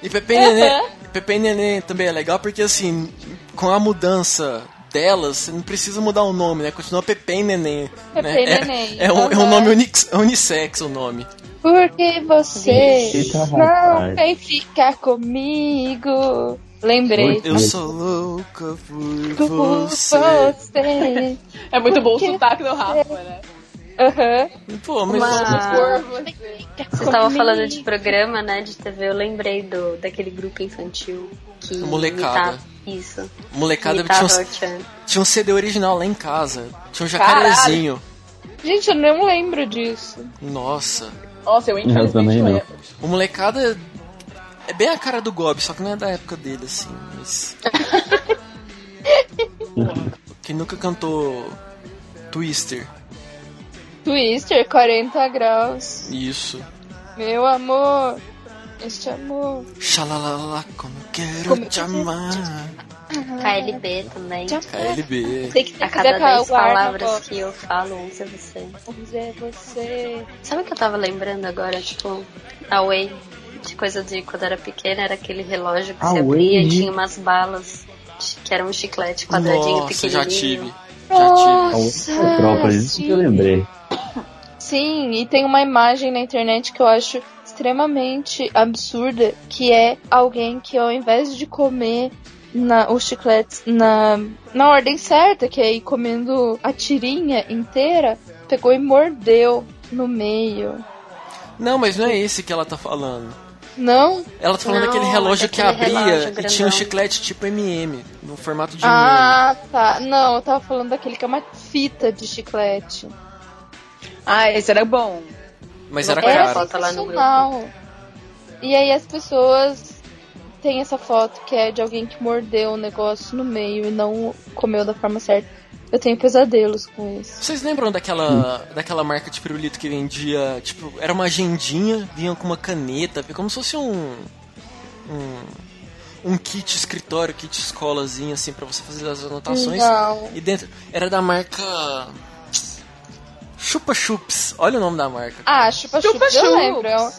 E Pepe e Neném, Pepe e Neném também é legal porque assim, com a mudança delas, você não precisa mudar o nome, né? Continua Pepe e Neném. Pepe né? e É- Neném, É, um, é um aham. nome unix- unissex o nome. Porque você Vixe, tá não rapaz. vem ficar comigo. Lembrei. Eu sou louca por por você. você. É muito bom o Porque sotaque do Rafa, você- né? Aham. Pô, mas- Uma- Você estava Comigo. falando de programa, né, de TV, eu lembrei do, daquele grupo infantil que Molecada. imitava- isso. Molecada imitava tinha o um, Tchan. tinha um CD original lá em casa. Tinha um jacarezinho. Gente, eu não lembro disso. Nossa. Nossa, eu Eu também não. O molecada é bem a cara do Gob, só que não é da época dele, assim. Mas... Quem nunca cantou Twister? Twister, 40 graus. Isso. Meu amor, este amor. Xalalala, como eu quero Como eu te amar. Ah, KLB também. KLB. Sei que você A cada quiser 10 com a arma, palavras pô. que eu falo, 11 é você. É você. Sabe o que eu tava lembrando agora? Tipo, a Way, de coisa de quando era pequena, era aquele relógio que A Way, você abria e de- tinha umas balas, que era um chiclete quadradinho Nossa, pequenininho. Oh. já tive. É Já tive. Nossa, Metrópolis, é isso que eu lembrei. Sim, e tem uma imagem na internet que eu acho extremamente absurda, que é alguém que ao invés de comer na, os chicletes na, na ordem certa, que é ir comendo a tirinha inteira, pegou e mordeu no meio. Não, mas não é esse que ela tá falando. Não? Ela tá falando Não, daquele relógio que daquele abria relógio e tinha um grandão. chiclete tipo MM, no formato de Ah, tá. Não, eu tava falando daquele que é uma fita de chiclete. Ah, esse era bom. MM. Mas era Era caro. foto lá no grupo. Não. E aí as pessoas têm essa foto que é de alguém que mordeu o negócio no meio e não comeu da forma certa. Eu tenho pesadelos com isso. Vocês lembram daquela, daquela marca de pirulito que vendia, tipo, era uma agendinha, vinha com uma caneta, como se fosse um um, um kit escritório, kit escolazinho assim pra você fazer as anotações. Não. E dentro era da marca Chupa Chups. Olha o nome da marca. Ah, chupa-chups, eu Chupa-chups. lembro. É um-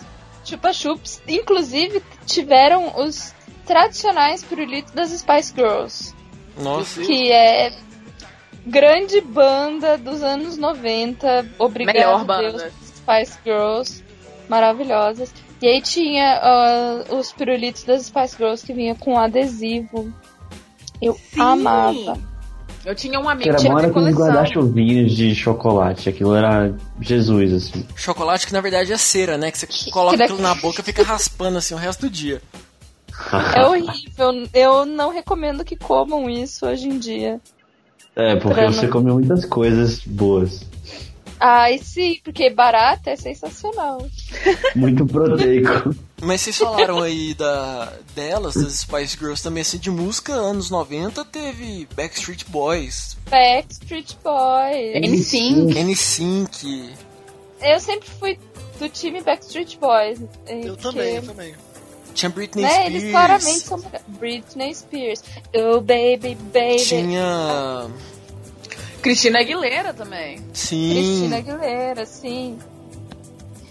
Chupa-chups, inclusive, tiveram os tradicionais pirulitos das Spice Girls. Nossa. Que é grande banda dos anos 90. Obrigado, Melhor Deus, banda. Spice Girls. Maravilhosas. E aí tinha ah, os pirulitos das Spice Girls que vinha com adesivo. Eu amava. Eu tinha um amigo Era tinha bom uma era aqueles coleção. guarda-chuvinhos de chocolate. Aquilo era Jesus, assim. Chocolate que na verdade é cera, né? Que você coloca que aquilo na boca e fica raspando assim o resto do dia. É horrível. Eu não recomendo que comam isso hoje em dia. É, porque Pra você não- comeu muitas coisas boas. Ai, sim, porque barata é sensacional. Muito proteico. Mas vocês falaram aí da, delas, das Spice Girls também, assim, de música, anos 90 teve Backstreet Boys. Backstreet Boys. É. NSYNC. NSYNC. Eu sempre fui do time Backstreet Boys. Eu também, eu também. Tinha Britney né, Spears. Eles claramente são. Britney Spears. Oh, baby, baby. Tinha. Cristina Aguilera também. Sim. Cristina Aguilera, sim.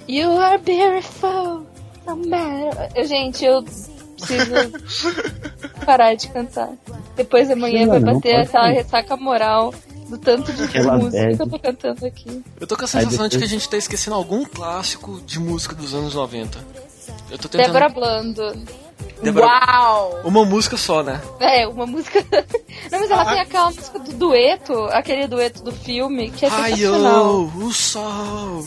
You are beautiful. No matter. Eu, gente, eu preciso parar de cantar. Depois amanhã Não, vai não, bater pode aquela ir. ressaca moral do tanto de Ela música bebe. que eu tô cantando aqui. Eu tô com a Aí sensação de depois- que a gente tá esquecendo algum clássico de música dos anos 90. Eu tô tentando. Débora Blando. Débora- Uau! Uma música só, né? É, uma música. Não, mas ela Ah. tem aquela música do dueto, aquele dueto do filme, que é Ai, sensacional. eu, o sol.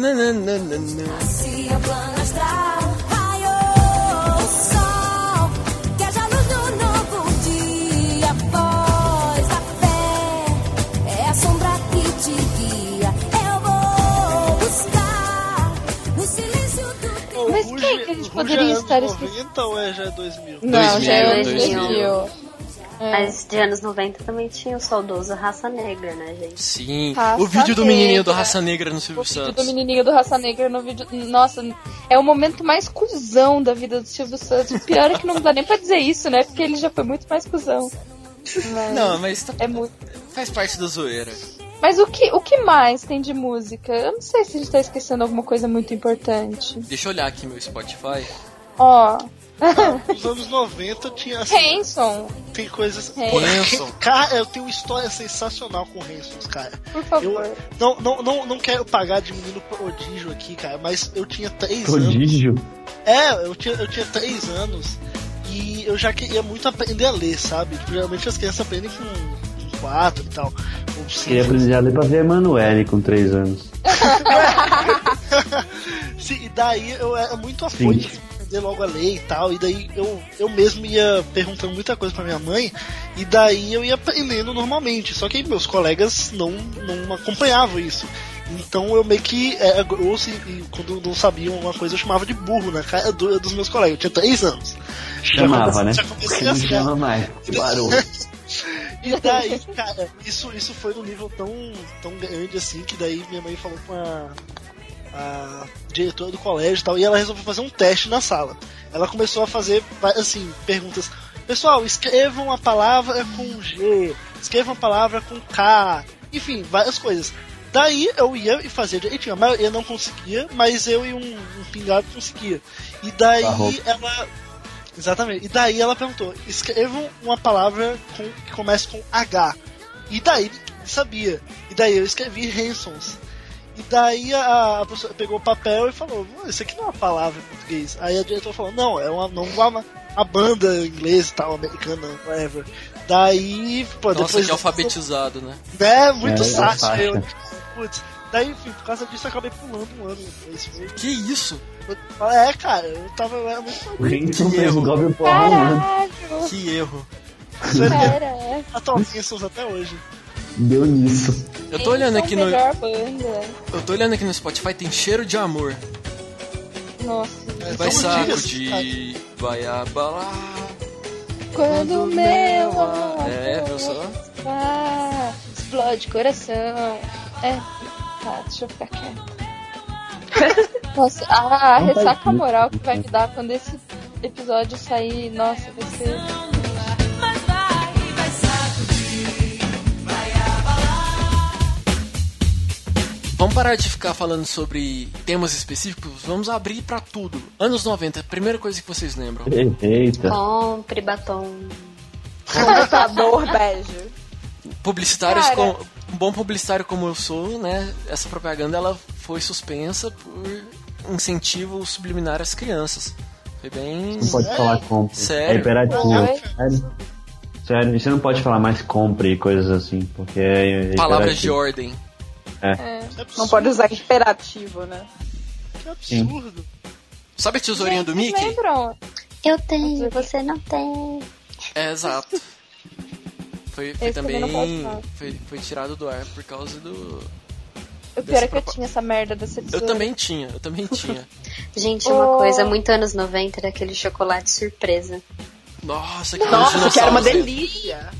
Nananana. Nasci o plano astral, raiou o oh, sol, que haja luz no novo dia, voz a fé, é a sombra que te guia, eu vou buscar no silêncio do tempo. Mas quem é que a gente poderia Ruja estar é anos esquecendo? 90 ou é já é 2000? Não, já é 2000. 2000. Mas de anos 90 também tinha o saudoso Raça Negra, né, gente? Sim. Raça o vídeo do menininho do Negra. Raça Negra no Silvio O do Santos. menininho do Raça Negra no vídeo. Nossa, é o momento mais cuzão da vida do Silvio Santos. O pior é que não dá nem pra dizer isso, né? Porque ele já foi muito mais cuzão. Mas- Não, mas tá- É muito. faz parte da zoeira. Mas o que, o que mais tem de música? Eu não sei se a gente tá esquecendo alguma coisa muito importante. Deixa eu olhar aqui meu Spotify. Ó. Nos anos 90 tinha assim. Hanson. Tem coisas. Hanson. Pô, Cara, eu tenho uma história sensacional com Hansons, cara. Por favor. Eu não, não, não, não quero pagar de menino prodígio aqui, cara, mas eu tinha três anos. Prodígio. É, eu tinha, eu tinha três anos e eu já queria muito aprender a ler, sabe? Tipo, geralmente as crianças aprendem com com quatro e tal. Ou Queria cinco. aprender a ler pra ver Emanuele com 3 anos. Sim, e daí eu era muito Sim. afoito de aprender logo a ler e tal. E daí eu, eu mesmo ia perguntando muita coisa pra minha mãe. E daí eu ia aprendendo normalmente. Só que meus colegas não, não acompanhavam isso. Então eu meio que era grosso e, e quando não sabiam alguma coisa eu chamava de burro na cara do- dos meus colegas. Eu tinha três anos. Já Chamava, comecei- né? Já comecei Não assim. chama mais. Parou. E daí, cara, isso, isso foi num nível tão, tão grande assim que daí minha mãe falou com a, a diretora do colégio e tal, e ela resolveu fazer um teste na sala. Ela começou a fazer, assim, perguntas. Pessoal, escrevam a palavra com G, escrevam a palavra com K, enfim, várias coisas. Daí eu ia e fazia direitinho, a maioria não conseguia, mas eu e um, um pingado conseguia. E daí Barroco. ela Exatamente. E daí ela perguntou: escrevam uma palavra com, que comece com H. E daí ninguém sabia. E daí eu escrevi Hansons. E daí a, a professora pegou o papel e falou: "Mano, Isso aqui não é uma palavra em português. Aí a diretora falou: Não, é uma, não, uma, uma banda inglesa e tal, americana, whatever. Daí, pô, Nossa, depois. que alfabetizado, né? Né? Muito É, saco. faixa. Eu, putz. Daí, enfim, por causa disso eu acabei pulando um ano depois. Foi- Que isso? É, cara, eu tava. Eu era muito O Que Hanson fez o erro. Goblin por um Que erro. Cara, Atualmente são até hoje. Deu nisso. Eu tô olhando aqui no. melhor banda. Eu tô olhando aqui no Spotify, tem cheiro de amor. Nossa. É, É Então, um Vai São sacudir, vai abalar. Quando o meu amor É, viu só? ah, explode coração. É. Tá, deixa eu ficar quieto. Nossa, a, a Não faz ressaca isso, moral que vai me dar quando esse episódio sair, nossa, vai ser. Mas vai, vai sacudir, vai abalar. Vamos parar de ficar falando sobre temas específicos, vamos abrir pra tudo. Anos 90, primeira coisa que vocês lembram. Eita. Compre batom. Computador bege. Publicitários Cara. com. Um bom publicitário como eu sou, né? Essa propaganda ela foi suspensa por incentivo subliminar às crianças. Foi bem. Não pode falar compre. Sério? É imperativo. Oi? Sério. Sério, você não pode falar mais compre e coisas assim, porque é. é Palavras imperativo. de ordem. É. Não pode usar imperativo, né? é Sim. Sabe a tesourinha do Mickey? Lembram? Eu tenho, você não tem. É, exato. Foi, foi Esse também. também não pode, não. Foi, foi tirado do ar por causa do. O pior é que eu tinha essa merda dessa tesoura. Eu também tinha, eu também tinha. Gente, uma coisa, muito anos 90 era aquele chocolate surpresa. Nossa, que Nossa, que era uma dinossauros, né? delícia.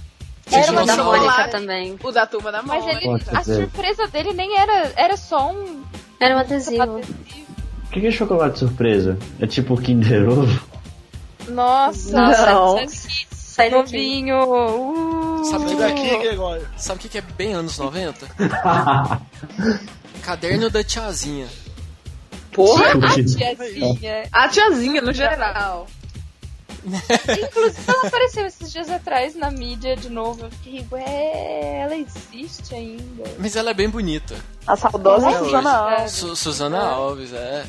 Era uma da Nossa, Mônica chocolate. também. O da turma da né? Mas Mônica. ele, Pode a ser. surpresa dele nem era. Era só um. Era um adesivo. O que que é chocolate surpresa? É tipo Kinder Ovo? Nossa, Nossa, sai daqui. novinho. Uh, Sabe o que é Daqui, Gregório. Sabe o que que é bem anos 90? Caderno da tiazinha. Porra! a tiazinha. A tiazinha, no geral. Inclusive, ela apareceu esses dias atrás na mídia de novo. Eu fiquei, ué, ela existe ainda. Mas ela é bem bonita. A saudosa Até Suzana hoje. Alves. Su- Suzana Alves, é.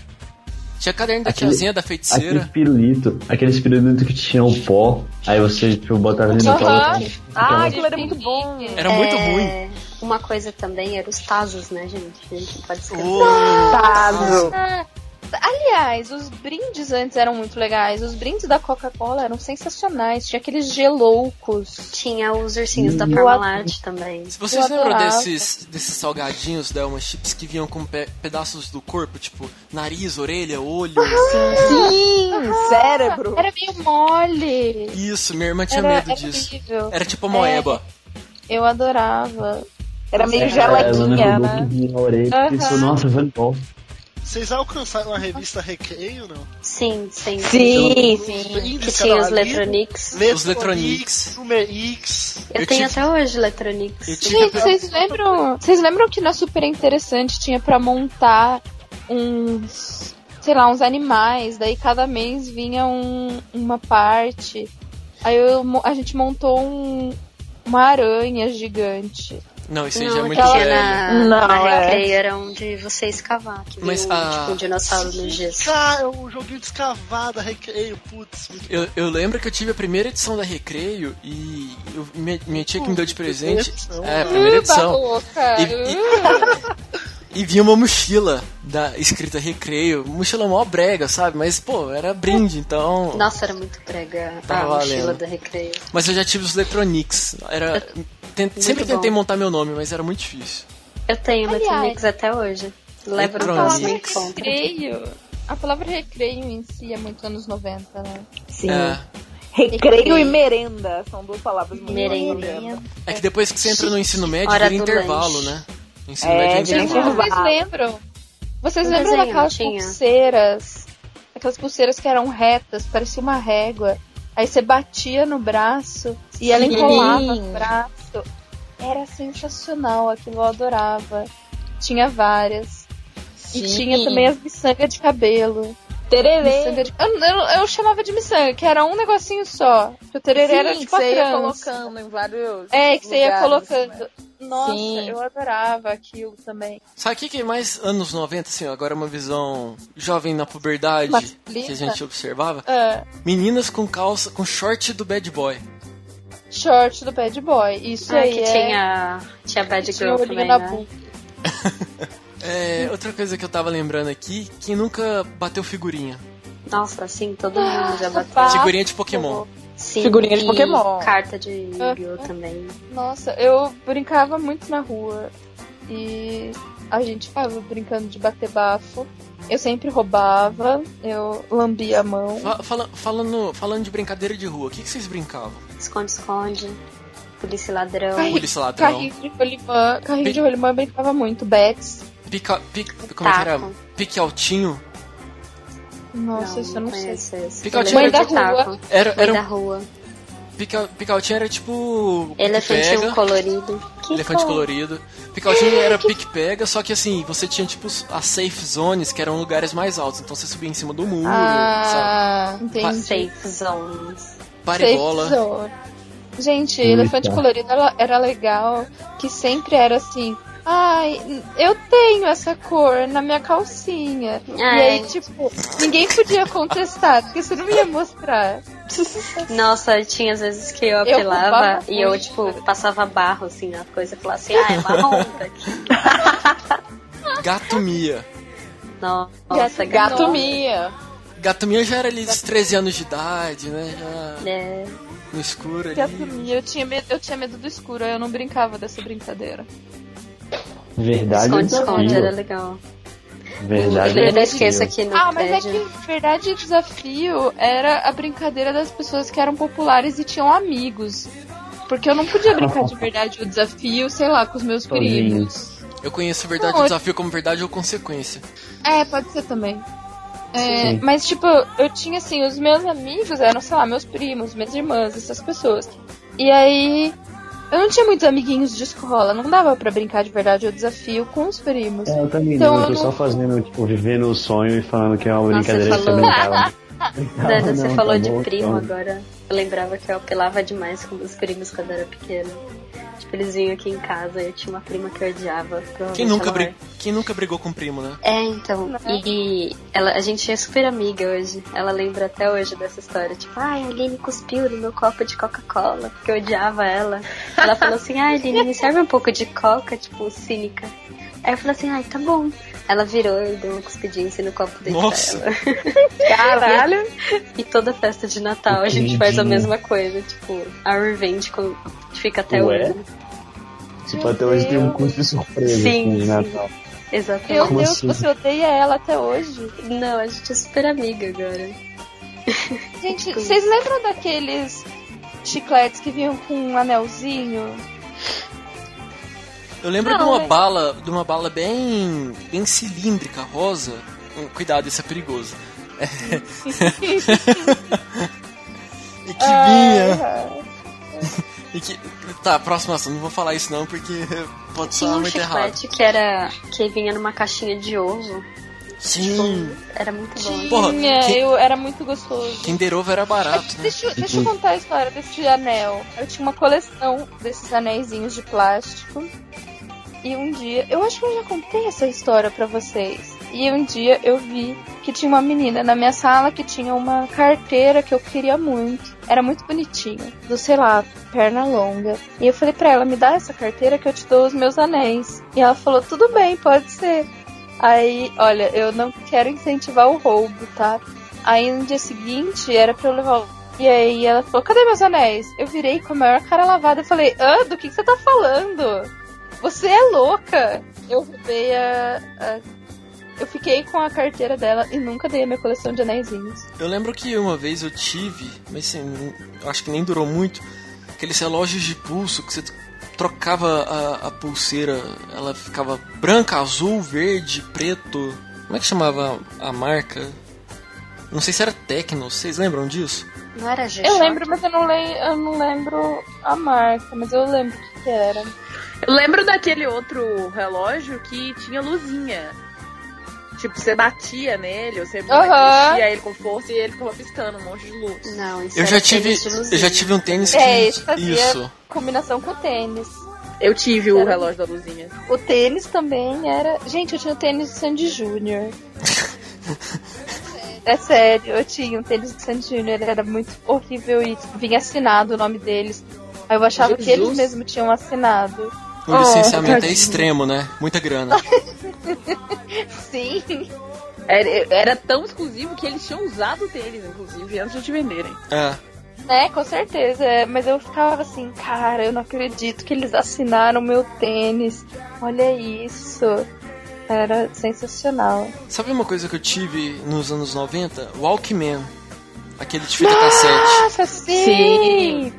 Tinha caderno da Aquele- tiazinha da Aquele feiticeira. pirulito, aquele pirulito que tinha o pó, aí você tipo, botava ele no pó. Aham. Ah, Ficava- aquilo era muito bom. Era muito ruim. É, Uma coisa também era os Tazos, né, gente? A gente não pode esquecer. Tazo. Ah, aliás, os brindes antes eram muito legais. Os brindes da Coca-Cola eram sensacionais. Tinha aqueles geloucos. Tinha os ursinhos da Eu Parmalat também. Se vocês Eu lembram adorava. desses, desses salgadinhos da Elma Chips que vinham com pe- pedaços do corpo, tipo nariz, orelha, olho? Sim, cérebro. Era meio mole. Isso, minha irmã tinha Era, é era medo disso. horrível. Era tipo a moeba. Eu adorava. Era meio ela geladinha, lembrou que né? vinha na orelha e pensou, Aham. nossa, Van Gogh. Vocês alcançaram a revista Recreio, não? Sim, sim. Sim, Os sim. Que brindes tinha era os ali, Letronics. Os Letronics. Super X. Eu, Eu tenho tive- até hoje Letronics. Eu tive Gente, vocês lembram? Vocês lembram que na Super Interessante tinha pra montar uns. Sei lá, uns animais. Daí cada mês vinha um- uma parte. Aí eu mo- a gente montou um- uma aranha gigante. Não, isso aí já é Não, muito aquela velho. Não, na, na é. Recreio era onde você escavar, que Mas vinha um, a- tipo, um dinossauro no gesso. Cara, o é um joguinho de escavada, Recreio, putz. muito- Eu, eu lembro que eu tive a primeira edição da Recreio e eu- minha, minha tia que me deu de Primeira presente. edição. É, a primeira edição. louca! E, e- e vinha uma mochila da escrita Recreio. Mochila mó brega, sabe? Mas, pô, era brinde, então. Nossa, era muito prega Tá a mochila valendo. da Recreio. Mas eu já tive os Letronics. Era. ten- sempre bom. tentei montar meu nome, mas era muito difícil. Eu tenho Aliás. Letronics até hoje. Levo no Letronics. próximo Sim, encontro. recreio. A palavra recreio em si é muito anos 90, né? Sim. É. Recreio e merenda são duas palavras muito Merenda. É que depois que você entra no ensino médio, Hora vira do intervalo, lanche. né? Ensino É, médio é vira intervalo. intervalo. Vocês lembram? Vocês Um lembram desenho, daquelas tinha. pulseiras? Aquelas pulseiras que eram retas, parecia uma régua. Aí você batia no braço e ela Sim. enrolava o braço. Era sensacional, aquilo eu adorava. Tinha várias. E Sim. tinha também as miçangas de cabelo. Miçanga Tererê. de- Eu, eu- eu chamava de miçanga, que era um negocinho só. Que o tererê era que tipo a você ia trança. colocando em vários. É, que você ia lugares, né? colocando. Nossa, Sim. eu adorava aquilo também. Sabe o que, que é mais anos 90, assim, ó, agora é uma visão jovem na puberdade Masculina? que a gente observava? Ah, Meninas com calça, com short do bad boy. short do Bad Boy. Isso Ah, aí que é... tinha, tinha Bad tinha Girl olhinho também, na né? boca. É, outra coisa que eu tava lembrando aqui, quem nunca bateu figurinha? Nossa, assim, todo mundo já bateu. pá. Ah, figurinha de Pokémon. Sim, Figurinha de e Pokémon. Carta de Yu-Gi-Oh! também. Nossa, eu brincava muito na rua. E a gente ficava brincando de bater bafo. Eu sempre roubava, eu lambia a mão. Fa- fala- falando, falando de brincadeira de rua, o que, que vocês brincavam? Esconde-esconde, polícia e ladrão. Ai. Polícia ladrão. Carrinho de rolimã, carrinho de rolimã eu brincava muito. Bets. Pica, pica, como é que era? Taco. Pique altinho. Nossa, isso eu não sei. conheço esse. Fica Eu o lembro time de da rua. Taco. Era, Mãe era da um, rua. pica, pique altinho era tipo. Elefantinho pique-pega, colorido. Que Elefante bom. colorido. Pique altinho era pique-pega, só que assim, você tinha tipo as safe zones, que eram lugares mais altos. Então você subia em cima do muro, sabe? Ah, entendi. Safe zones. Paribola. Safe zone. Gente, Eita. elefante colorido era, era legal, que sempre era assim. Ai, eu tenho essa cor na minha calcinha. E Ai. aí, tipo, ninguém podia contestar, porque você não ia mostrar. Nossa, eu tinha às vezes que eu Eu apelava roubava e eu, muito. tipo, passava barro assim na coisa e falava assim, ah, é marrom daqui. Gato Mia. Nossa, Gato gato. Mia. Gato Mia já era ali dos 13 anos de idade, né? Já É, no escuro ali. Eu tinha medo, eu tinha medo do escuro, aí eu não brincava dessa brincadeira. Verdade Esconde, desafio. esconde, era legal. Verdade Eu ainda esqueço aqui no Ah, mas é prédio. que verdade e desafio era a brincadeira das pessoas que eram populares e tinham amigos. Porque eu não podia brincar de verdade ou desafio, sei lá, com os meus primos. Eu conheço verdade Não, o eu- desafio como verdade ou consequência. É, pode ser também. É, Sim. mas, tipo, eu tinha assim, os meus amigos eram, sei lá, meus primos, minhas irmãs, essas pessoas. E aí, eu não tinha muitos amiguinhos de escola, não dava pra brincar de verdade o desafio com os primos. É, eu também Então, não, eu eu tô só não- fazendo, tipo, vivendo o sonho e falando que é uma brincadeira falou- que você brincava. Dada, Não, você não, falou tá de bom, primo tá. agora. Eu lembrava que eu apelava demais com meus primos quando eu era pequena. Tipo, eles vinham aqui em casa e eu tinha uma prima que eu odiava. provavelmente Quem nunca, ela bri- Quem nunca brigou com o primo, né? É, então. E ela, a gente é super amiga hoje. Ela lembra até hoje dessa história. Tipo, ai, a Aline cuspiu no meu copo de Coca-Cola, porque eu odiava ela. Ela falou assim, ai, Aline, me serve um pouco de Coca, tipo, cínica. Aí eu falei assim, ai, tá bom. Ela virou e deu um cuspidinho assim no copo dele Nossa. pra ela. Caralho! E toda festa de Natal a gente faz a Entendi. mesma coisa, tipo, a revenge com- fica até Ué? hoje. Tipo, até hoje tem um curso de surpresa, Sim, assim, de sim. Natal. Exatamente. Meu Como Deus, assim? você odeia ela até hoje? Não, a gente é super amiga agora. Gente, vocês lembram daqueles chicletes que vinham com um anelzinho? Eu lembro Não, de uma é mas- bala, de uma bala bem, bem cilíndrica, rosa. Hum, Cuidado, isso é perigoso. É. e que Ah, Ah. vinha. E que... Tá, próximo assunto. Não vou falar isso não, porque pode Tinha soar um muito errado. chiclete que era. que vinha numa caixinha de ovo. Tipo, Sim. Era muito um bom. Porra, Tinha, que- eu era muito gostoso. Kinder Ovo era barato, né? Deixa, eu- deixa eu contar a história desse anel. Eu tinha uma coleção desses anéisinhos de plástico. E um dia, eu acho que eu já contei essa história pra vocês. E um dia eu vi que tinha uma menina na minha sala que tinha uma carteira que eu queria muito. Era muito bonitinha, do sei lá, perna longa. E eu falei pra ela: me dá essa carteira que eu te dou os meus anéis. E ela falou: tudo bem, pode ser. Aí, olha, eu não quero incentivar o roubo, tá? Aí no dia seguinte era pra eu levar. o- E aí ela falou: cadê meus anéis? Eu virei com a maior cara lavada e falei: ah, do que, que você tá falando? Você é louca! Eu roubei a, a- Eu fiquei com a carteira dela e nunca dei a minha coleção de anéisinhos. Eu lembro que uma vez eu tive, mas assim, não- eu acho que nem durou muito, aqueles relógios de pulso que você trocava a, a pulseira, ela ficava branca, azul, verde, preto. Como é que chamava a marca? Não sei se era Tecno, vocês lembram disso? Não era G. Eu lembro, mas eu não, le- eu não lembro a marca, mas eu lembro o que, que era. Eu lembro daquele outro relógio que tinha luzinha. Tipo, você batia nele, ou você Aham. mexia ele com força e ele ficava piscando um monte de luz. Não, Eu já tive, eu já tive um tênis que É, esse fazia isso. combinação com o tênis. Eu tive o Era- relógio da luzinha. O tênis também era. Gente, eu tinha o tênis do Sandy Júnior. É sério, eu tinha um tênis do Sandy Júnior, ele era muito horrível e vinha assinado o nome deles. Aí eu achava que Jesus. eles mesmos tinham assinado. O licenciamento é extremo, né? Muita grana. Sim. Era, era tão exclusivo que eles tinham usado o tênis, inclusive, antes de te venderem. É. Né, com certeza. é, Mas eu ficava assim, cara, eu não acredito que eles assinaram meu tênis. Olha isso. Era sensacional. Sabe uma coisa que eu tive nos anos 90? Walkman. Aquele de fita cassete. Nossa, sim!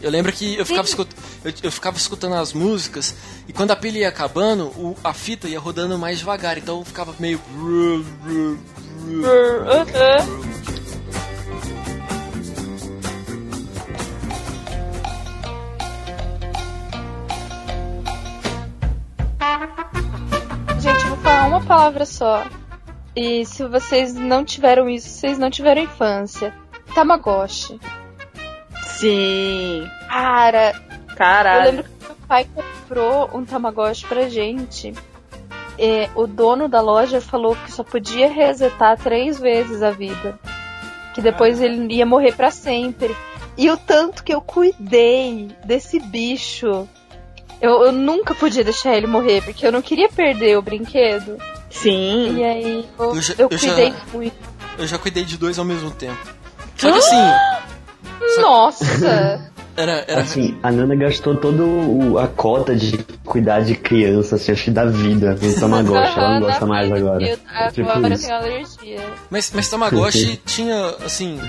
Eu lembro que eu ficava, escut- eu, eu ficava escutando as músicas e quando a pilha ia acabando, o- a fita ia rodando mais devagar, então eu ficava meio. Uhum. Gente, eu vou falar uma palavra só. E se vocês não tiveram isso, vocês não tiveram infância. Tamagotchi. Sim. Cara, Caralho. eu lembro que meu pai comprou um Tamagotchi pra gente. É, o dono da loja falou que só podia resetar três vezes a vida. Que depois ele ia morrer pra sempre. E o tanto que eu cuidei desse bicho. Eu, eu nunca podia deixar ele morrer, porque eu não queria perder o brinquedo. Sim. E aí eu, Eu já- eu eu já- cuidei muito. Eu já cuidei de dois ao mesmo tempo. Só que assim, Nossa! Era, era... Assim, a Nana gastou toda o- a cota de cuidar de criança, assim, acho que da vida, do Tamagotchi. Ela não gosta mais agora. Eu, É tipo agora eu isso. tenho alergia. Mas, mas Tamagotchi tinha, assim,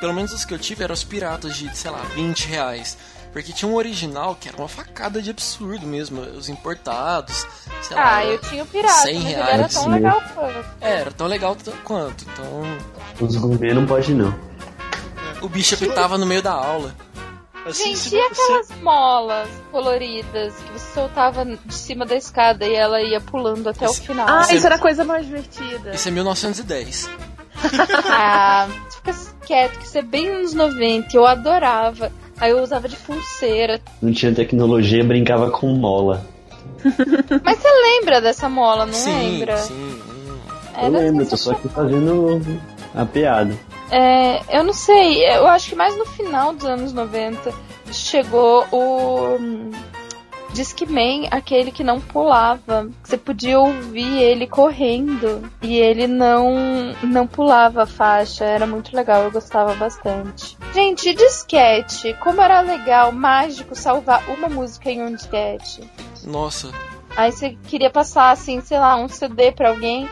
pelo menos os que eu tive eram os piratas de, sei lá, 20 reais. Porque tinha um original que era uma facada de absurdo mesmo, os importados, sei lá. Ah, era eu tinha o pirata, 100 mas ele Então, é reais. era tão Sim. legal quanto. É, era tão legal t- quanto. Então, Os gourmet não pode não. o bicho apitava no meio da aula. assim, Gente, e aquelas molas coloridas que você soltava de cima da escada e ela ia pulando até o final? Assim, Ah, Isso é- isso era a coisa mais divertida. Isso é 1910. Ah, fica quieto, que isso é bem anos 90, eu adorava. Aí eu usava de pulseira. Não tinha tecnologia, brincava com mola. Mas você lembra dessa mola, não lembra? sim. É Eu lembro, tô só aqui fazendo a piada. É, eu não sei, eu acho que mais no final dos anos 90 chegou o hum, Disque Man, aquele que não pulava. que Você podia ouvir ele correndo e ele não não pulava a faixa. Era muito legal, eu gostava bastante. Gente, e disquete, como era legal, mágico salvar uma música em um disquete. Nossa, Aí você queria passar assim, sei lá, um CD pra alguém,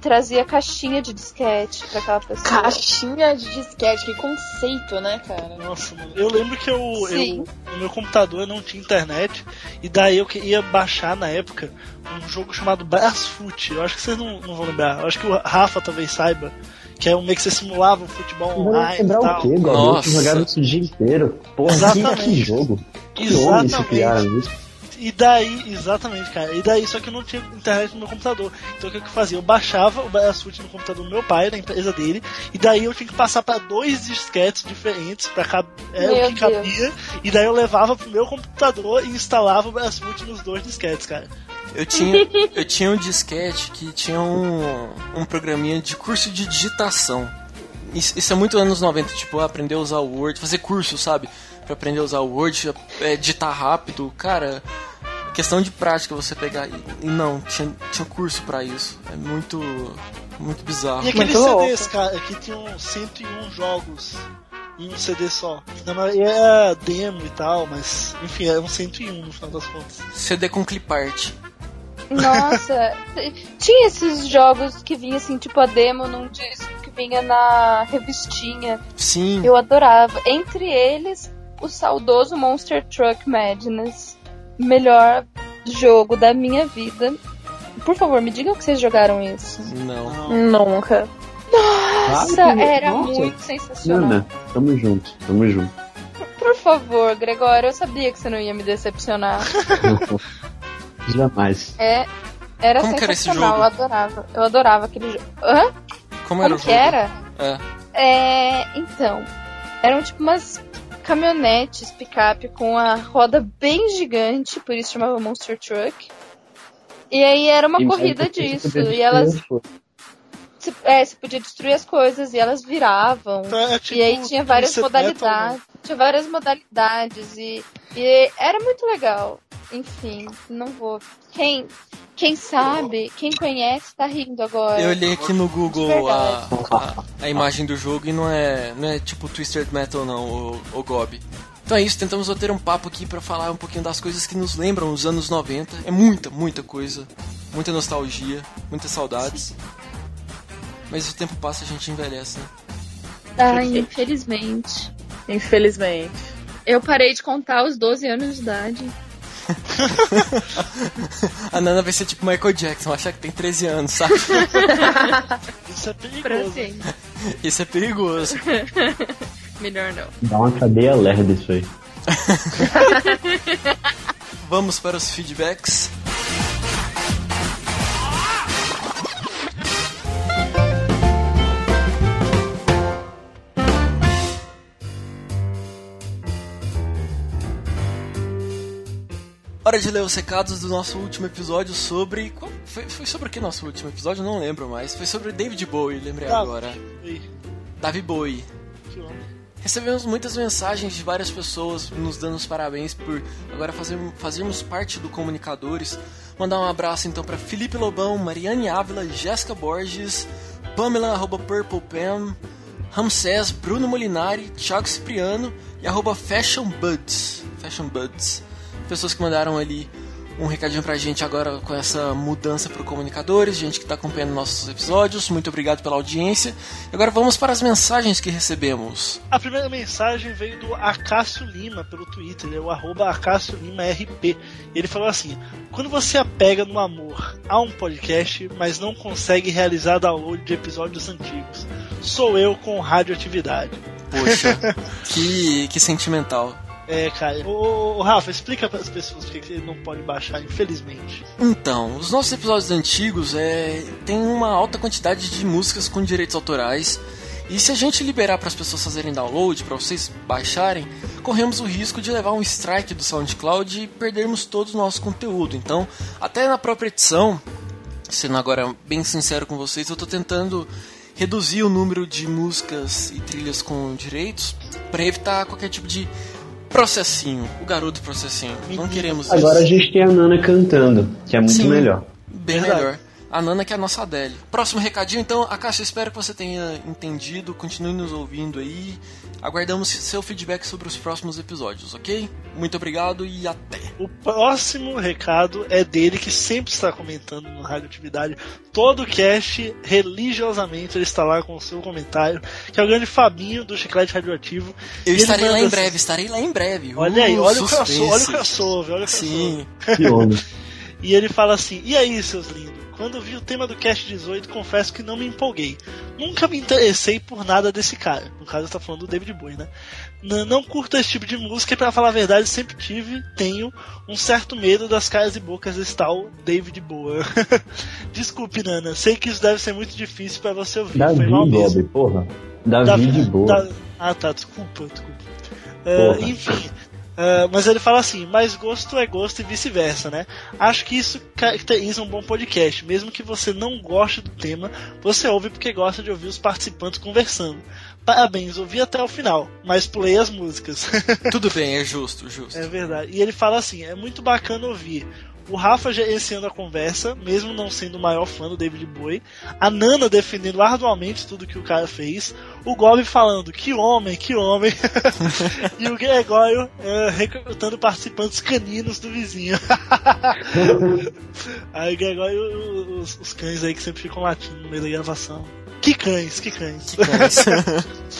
trazia caixinha de disquete pra aquela pessoa. Caixinha de disquete, que conceito, né, cara? Nossa, mano. Eu lembro que eu, Sim. eu- no meu computador eu não tinha internet e daí eu que- ia baixar na época um jogo chamado Brasfoot. Eu acho que vocês não, não vão lembrar. Eu acho que o Rafa talvez saiba. Que é um meio que você simulava um futebol Não vai online e lembrar o tal. quê, Gabriel? Que jogaram isso o dia inteiro. Porra, que, Exatamente. que jogo. Que homem se Exatamente. criaram isso. E daí, exatamente, cara. E daí, só que eu não tinha internet no meu computador. Então o que que eu fazia? Eu baixava o Brasfoot no computador do meu pai, da empresa dele, e daí eu tinha que passar pra dois disquetes diferentes pra cab- é, Meu o que cabia. E daí eu levava pro meu computador e instalava o Brasfoot nos dois disquetes, cara. eu tinha, eu tinha um disquete que tinha um, um programinha de curso de digitação. Isso, isso é muito anos 90, tipo, aprender a usar o Word, fazer curso, sabe? Pra aprender a usar o Word, é, digitar rápido. Cara, questão de prática você pegar. E, e não, tinha, tinha curso pra isso. É muito, muito bizarro. E aqueles CDs, cara, que tinham 101 jogos em um CD só. Na maioria era demo e tal, mas enfim, é um eram 101 no final das contas. CD com clipart. Nossa, tinha esses jogos que vinha assim, tipo a demo num disco que vinha na revistinha. Sim. Eu adorava. Entre eles, o saudoso Monster Truck Madness. Melhor jogo da minha vida. Por favor, me digam que vocês jogaram isso. Não. Nunca. Nossa, Ah, que- era nossa. muito sensacional. Nana, tamo junto, tamo junto. Por favor, Gregório, eu sabia que você não ia me decepcionar. Jamais. É, era Como que era esse sensacional, jogo? eu adorava. Eu adorava aquele jogo. Hã? Como era o que jogo? era? É. É, então, eram tipo umas caminhonetes picape com a roda bem gigante, por isso chamava Monster Truck. E aí era uma E- corrida aí você podia disso, destruir e elas as coisas. se- é, você podia destruir as coisas e elas viravam. Então, Então, é e tipo, tipo, aí tinha várias Twisted modalidades. Metal, né? tinha várias modalidades e, e era muito legal. Enfim, não vou. Quem, quem sabe, quem conhece, tá rindo agora. Eu olhei aqui no Google a, Verdade. a, a imagem do jogo e não é, não é tipo Twisted Metal não, o, o Gob. Então é isso, tentamos ter um papo aqui pra falar um pouquinho das coisas que nos lembram os anos 90. É muita, muita coisa, muita nostalgia, muitas saudades. Mas o tempo passa, a gente envelhece, né? Ai, infelizmente. Infelizmente. Eu parei de contar aos 12 anos de idade. A Nana vai ser tipo Michael Jackson, achar que tem 13 anos, sabe? Isso é perigoso. Isso é perigoso. Melhor não. Dá uma cadeia lerda isso aí. Vamos para os feedbacks. Hora de ler os recados do nosso último episódio sobre. qual- Foi, foi sobre o que nosso último episódio? Eu Não lembro mais. Foi sobre David Bowie, lembrei Davi agora. Davi Bowie. Recebemos muitas mensagens de várias pessoas nos dando os parabéns por agora fazer, fazermos parte do Comunicadores. Mandar um abraço então para Felipe Lobão, Mariane Ávila, Jéssica Borges, Pamela arroba Purple Pam, Ramsés, Bruno Molinari, Thiago Cipriano e arroba fashionbuds, fashionbuds. Pessoas que mandaram ali um recadinho pra gente agora com essa mudança pro comunicadores, gente que tá acompanhando nossos episódios, muito obrigado pela audiência. Agora vamos para as mensagens que recebemos. A primeira mensagem veio do Acácio Lima pelo Twitter, ele é o arroba Acácio Lima RP. Ele falou assim: quando você apega no amor a um podcast, mas não consegue realizar download de episódios antigos. Sou eu com radioatividade. Poxa, que, que sentimental. É, cara. Ô, ô, Rafa, explica para as pessoas por que não podem baixar, infelizmente. Então, os nossos episódios antigos é, tem uma alta quantidade de músicas com direitos autorais. E se a gente liberar para as pessoas fazerem download, para vocês baixarem, corremos o risco de levar um strike do SoundCloud e perdermos todo o nosso conteúdo. Então, até na própria edição, sendo agora bem sincero com vocês, eu estou tentando reduzir o número de músicas e trilhas com direitos para evitar qualquer tipo de processinho, o garoto processinho. Não queremos Agora isso. a gente tem a Nana cantando, que é muito Sim, melhor. Bem Exato. melhor. A Nana que é a nossa Adele. Próximo recadinho, então, a Caixa, espero que você tenha entendido, continue nos ouvindo aí. Aguardamos seu feedback sobre os próximos episódios, ok? Muito obrigado e até. O próximo recado é dele que sempre está comentando no Radioatividade. Todo cast, religiosamente, ele está lá com o seu comentário, que é o grande Fabinho do Chiclete Radioativo. Eu Ele estarei lá manda em breve, estarei lá em breve. Olha aí, Uh, olha o suspense. crossover, olha o crossover, olha o Sim. crossover. e ele fala assim: E aí, seus lindos? Quando vi o tema do Cast 18, confesso que não me empolguei. Nunca me interessei por nada desse cara. No caso, está falando do David Bowie, né? N- não curto esse tipo de música e, pra falar a verdade, sempre tive, tenho, um certo medo das caras e bocas desse tal David Bowie. Desculpe, Nana, sei que isso deve ser muito difícil pra você ouvir. Davi, Foi mal mesmo. Bob, porra. Davi de boa. Da- Ah, tá, desculpa, desculpa. Ah, Porra. enfim. ah, mas ele fala assim, mas gosto é gosto e vice-versa, né? Acho que isso caracteriza um bom podcast. Mesmo que você não goste do tema, você ouve porque gosta de ouvir os participantes conversando. Parabéns, ouvi até o final, mas pulei as músicas. Tudo bem, é justo, justo. É verdade. E ele fala assim: é muito bacana ouvir. O Rafa gerenciando a conversa, mesmo não sendo o maior fã do David Bowie. A Nana defendendo arduamente tudo que o cara fez. O Gob falando: que homem, que homem. e o Gregório eh, recrutando participantes caninos do vizinho. aí o Gregório, o- os, os cães aí que sempre ficam latindo no meio da gravação. Que cães, que cães. Que cães.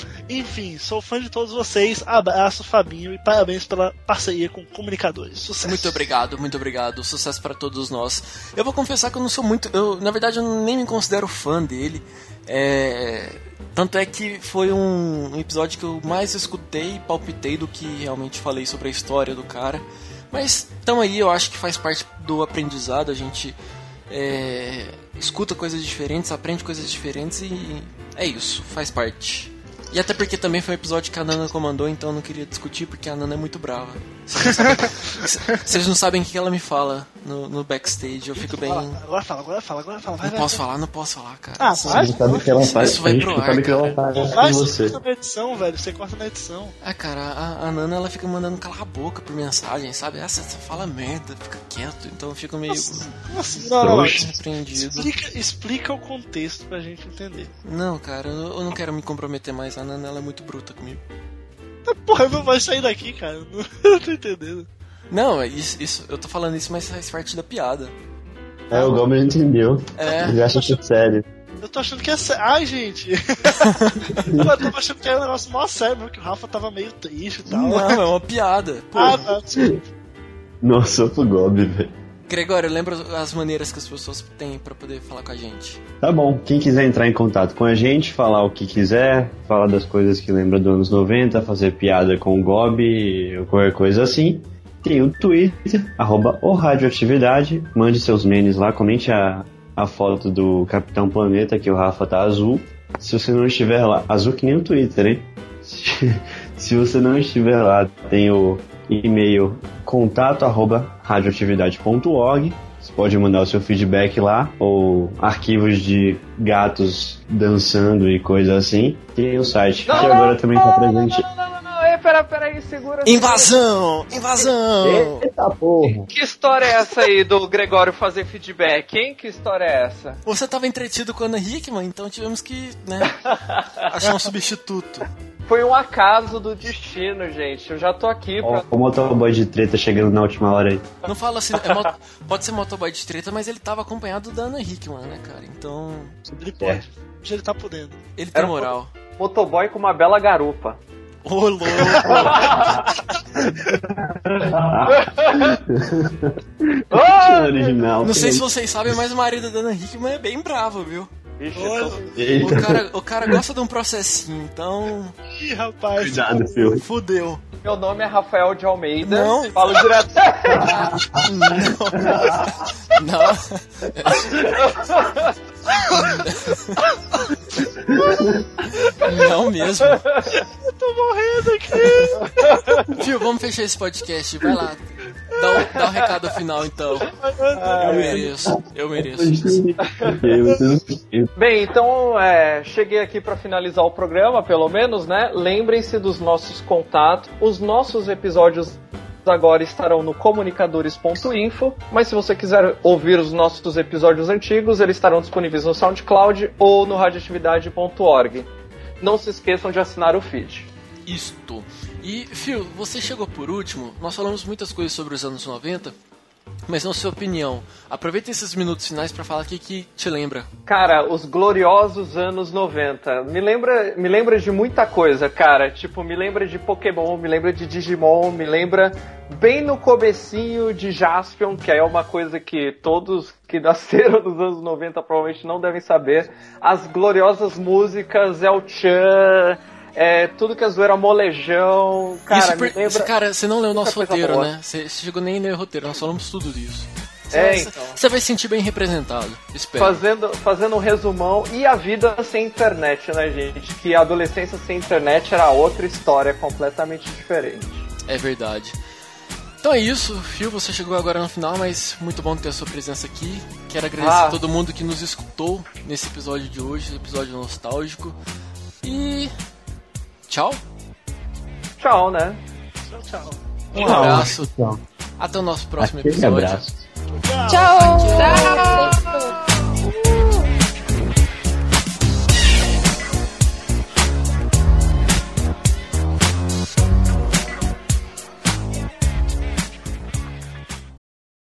Enfim, sou fã de todos vocês. Abraço, Fabinho, e parabéns pela parceria com Comunicadores. Sucesso. Muito obrigado, muito obrigado. Sucesso pra todos nós. Eu vou confessar que eu não sou muito. Eu, na verdade, eu nem me considero fã dele. É, Tanto é que foi um episódio que eu mais escutei e palpitei do que realmente falei sobre a história do cara. Mas então aí, eu acho que faz parte do aprendizado. A gente é, escuta coisas diferentes, aprende coisas diferentes e é isso, faz parte. E até porque também foi um episódio que a Nana comandou, então eu não queria discutir porque a Nana é muito brava. Vocês não sabem- Vocês não sabem o que ela me fala no, no backstage, eu fico bem. Fala, agora fala, agora fala, agora fala. Vai, Não vai, posso vai. falar, não posso falar, cara. Ah, Isso- vai. Você sabe que ela faz Isso vai isso, pro você ar, sabe que ela faz isso Vai, com você você. corta na edição, velho. Você corta na edição. Ah, cara, a, a Nana ela fica mandando calar a boca por mensagem, sabe? Ah, você só fala merda, fica quieto, então eu fico meio. Como assim? Não, não, não. Surpreendido. Explica, explica o contexto pra gente entender. Não, cara, eu eu não quero me comprometer mais. A Nana ela é muito bruta comigo. Porra, não vai sair daqui, cara. Eu Não, eu tô entendendo. Não, é isso, isso, eu tô falando isso, mas faz parte da piada. É, o Gomes não entendeu. É. Ele acha que é sério. Eu tô achando que é sério. Ai, gente. eu tava achando que era um negócio mó sério, mesmo, que o Rafa tava meio triste e tal. Não, é uma piada. Pô, Tá. Ah, tá. Nossa, pro Gob, velho. Gregório, lembra as maneiras que as pessoas têm pra poder falar com a gente. Tá bom, quem quiser entrar em contato com a gente, falar o que quiser, falar das coisas que lembra dos anos 90, fazer piada com o Gob ou qualquer coisa assim, tem o Twitter, arroba o Radioatividade, mande seus memes lá, comente a, a foto do Capitão Planeta, que o Rafa tá azul. Se você não estiver lá, azul que nem o Twitter, hein? Se, se você não estiver lá, tem o e-mail contato arroba radioatividade.org você pode mandar o seu feedback lá, ou arquivos de gatos dançando e coisa assim. Tem o site, que agora também está presente. Não, não, não, eu ia peraí, peraí, segura. Invasão! É, Invasão! Eita porra! Que história é essa aí do Gregório fazer feedback, hein? Que história é essa? Você tava entretido com a Ana Hickman, então tivemos que, né, achar um substituto. Foi um acaso do destino, gente. Eu já tô aqui Ó, pra. o motoboy de treta chegando na última hora aí. Não fala assim, é mot- pode ser motoboy de treta, mas ele tava acompanhado da Ana Hickman, né, cara? Então. Ele É. Ele tá podendo. Ele tem moral. Motoboy com uma bela garupa. um Ô, louco! Que original. Ah, Não sei que- se vocês sabem, mas o marido da Ana Hickman é bem bravo, viu? então, Eita. O cara, o cara gosta de um processinho, então. Ih, rapaz. Cuidado, filho. Fudeu. Meu nome é Rafael de Almeida. Não. Falo direto. Não. Não mesmo. Eu tô morrendo aqui. Fio, vamos fechar esse podcast. Vai lá. Dá o, dá o recado final, então. Eu mereço. Eu mereço. Ok, vocês- Bem, então é, cheguei aqui para finalizar o programa, pelo menos, né? Lembrem-se dos nossos contatos. Os nossos episódios agora estarão no comunicadores.info, mas se você quiser ouvir os nossos episódios antigos, eles estarão disponíveis no SoundCloud ou no radioatividade.org. Não se esqueçam de assinar o feed. Isto. E, Fio, você chegou por último. Nós falamos muitas coisas sobre os anos 90, mas na sua opinião, aproveita esses minutos finais pra falar o que, que te lembra. Cara, os gloriosos anos 90. Me lembra, me lembra de muita coisa, cara. Tipo, me lembra de Pokémon, me lembra de Digimon, me lembra bem no comecinho de Jaspion, que é uma coisa que todos que nasceram nos anos 90 provavelmente não devem saber. As gloriosas músicas, El Chan, é, tudo que é zoeira molejão. Cara, Isso por- me lembra... cara, você não leu o nosso muita coisa roteiro, boa. né? Você você chegou nem a ler o roteiro, nós falamos tudo disso. É, Você- então. Você vai se sentir bem representado. Espero. Fazendo, fazendo um resumão e a vida sem internet, né, gente? Que a adolescência sem internet era outra história completamente diferente. É verdade. Então é isso, Phil, você chegou agora no final, mas muito bom ter a sua presença aqui. Quero agradecer Ah. a todo mundo que nos escutou nesse episódio de hoje, esse episódio nostálgico. E tchau. Tchau, né? Tchau, tchau. Um Tchau. abraço. Tchau. Até o nosso próximo Aquele episódio. abraço. Tchau! Tchau!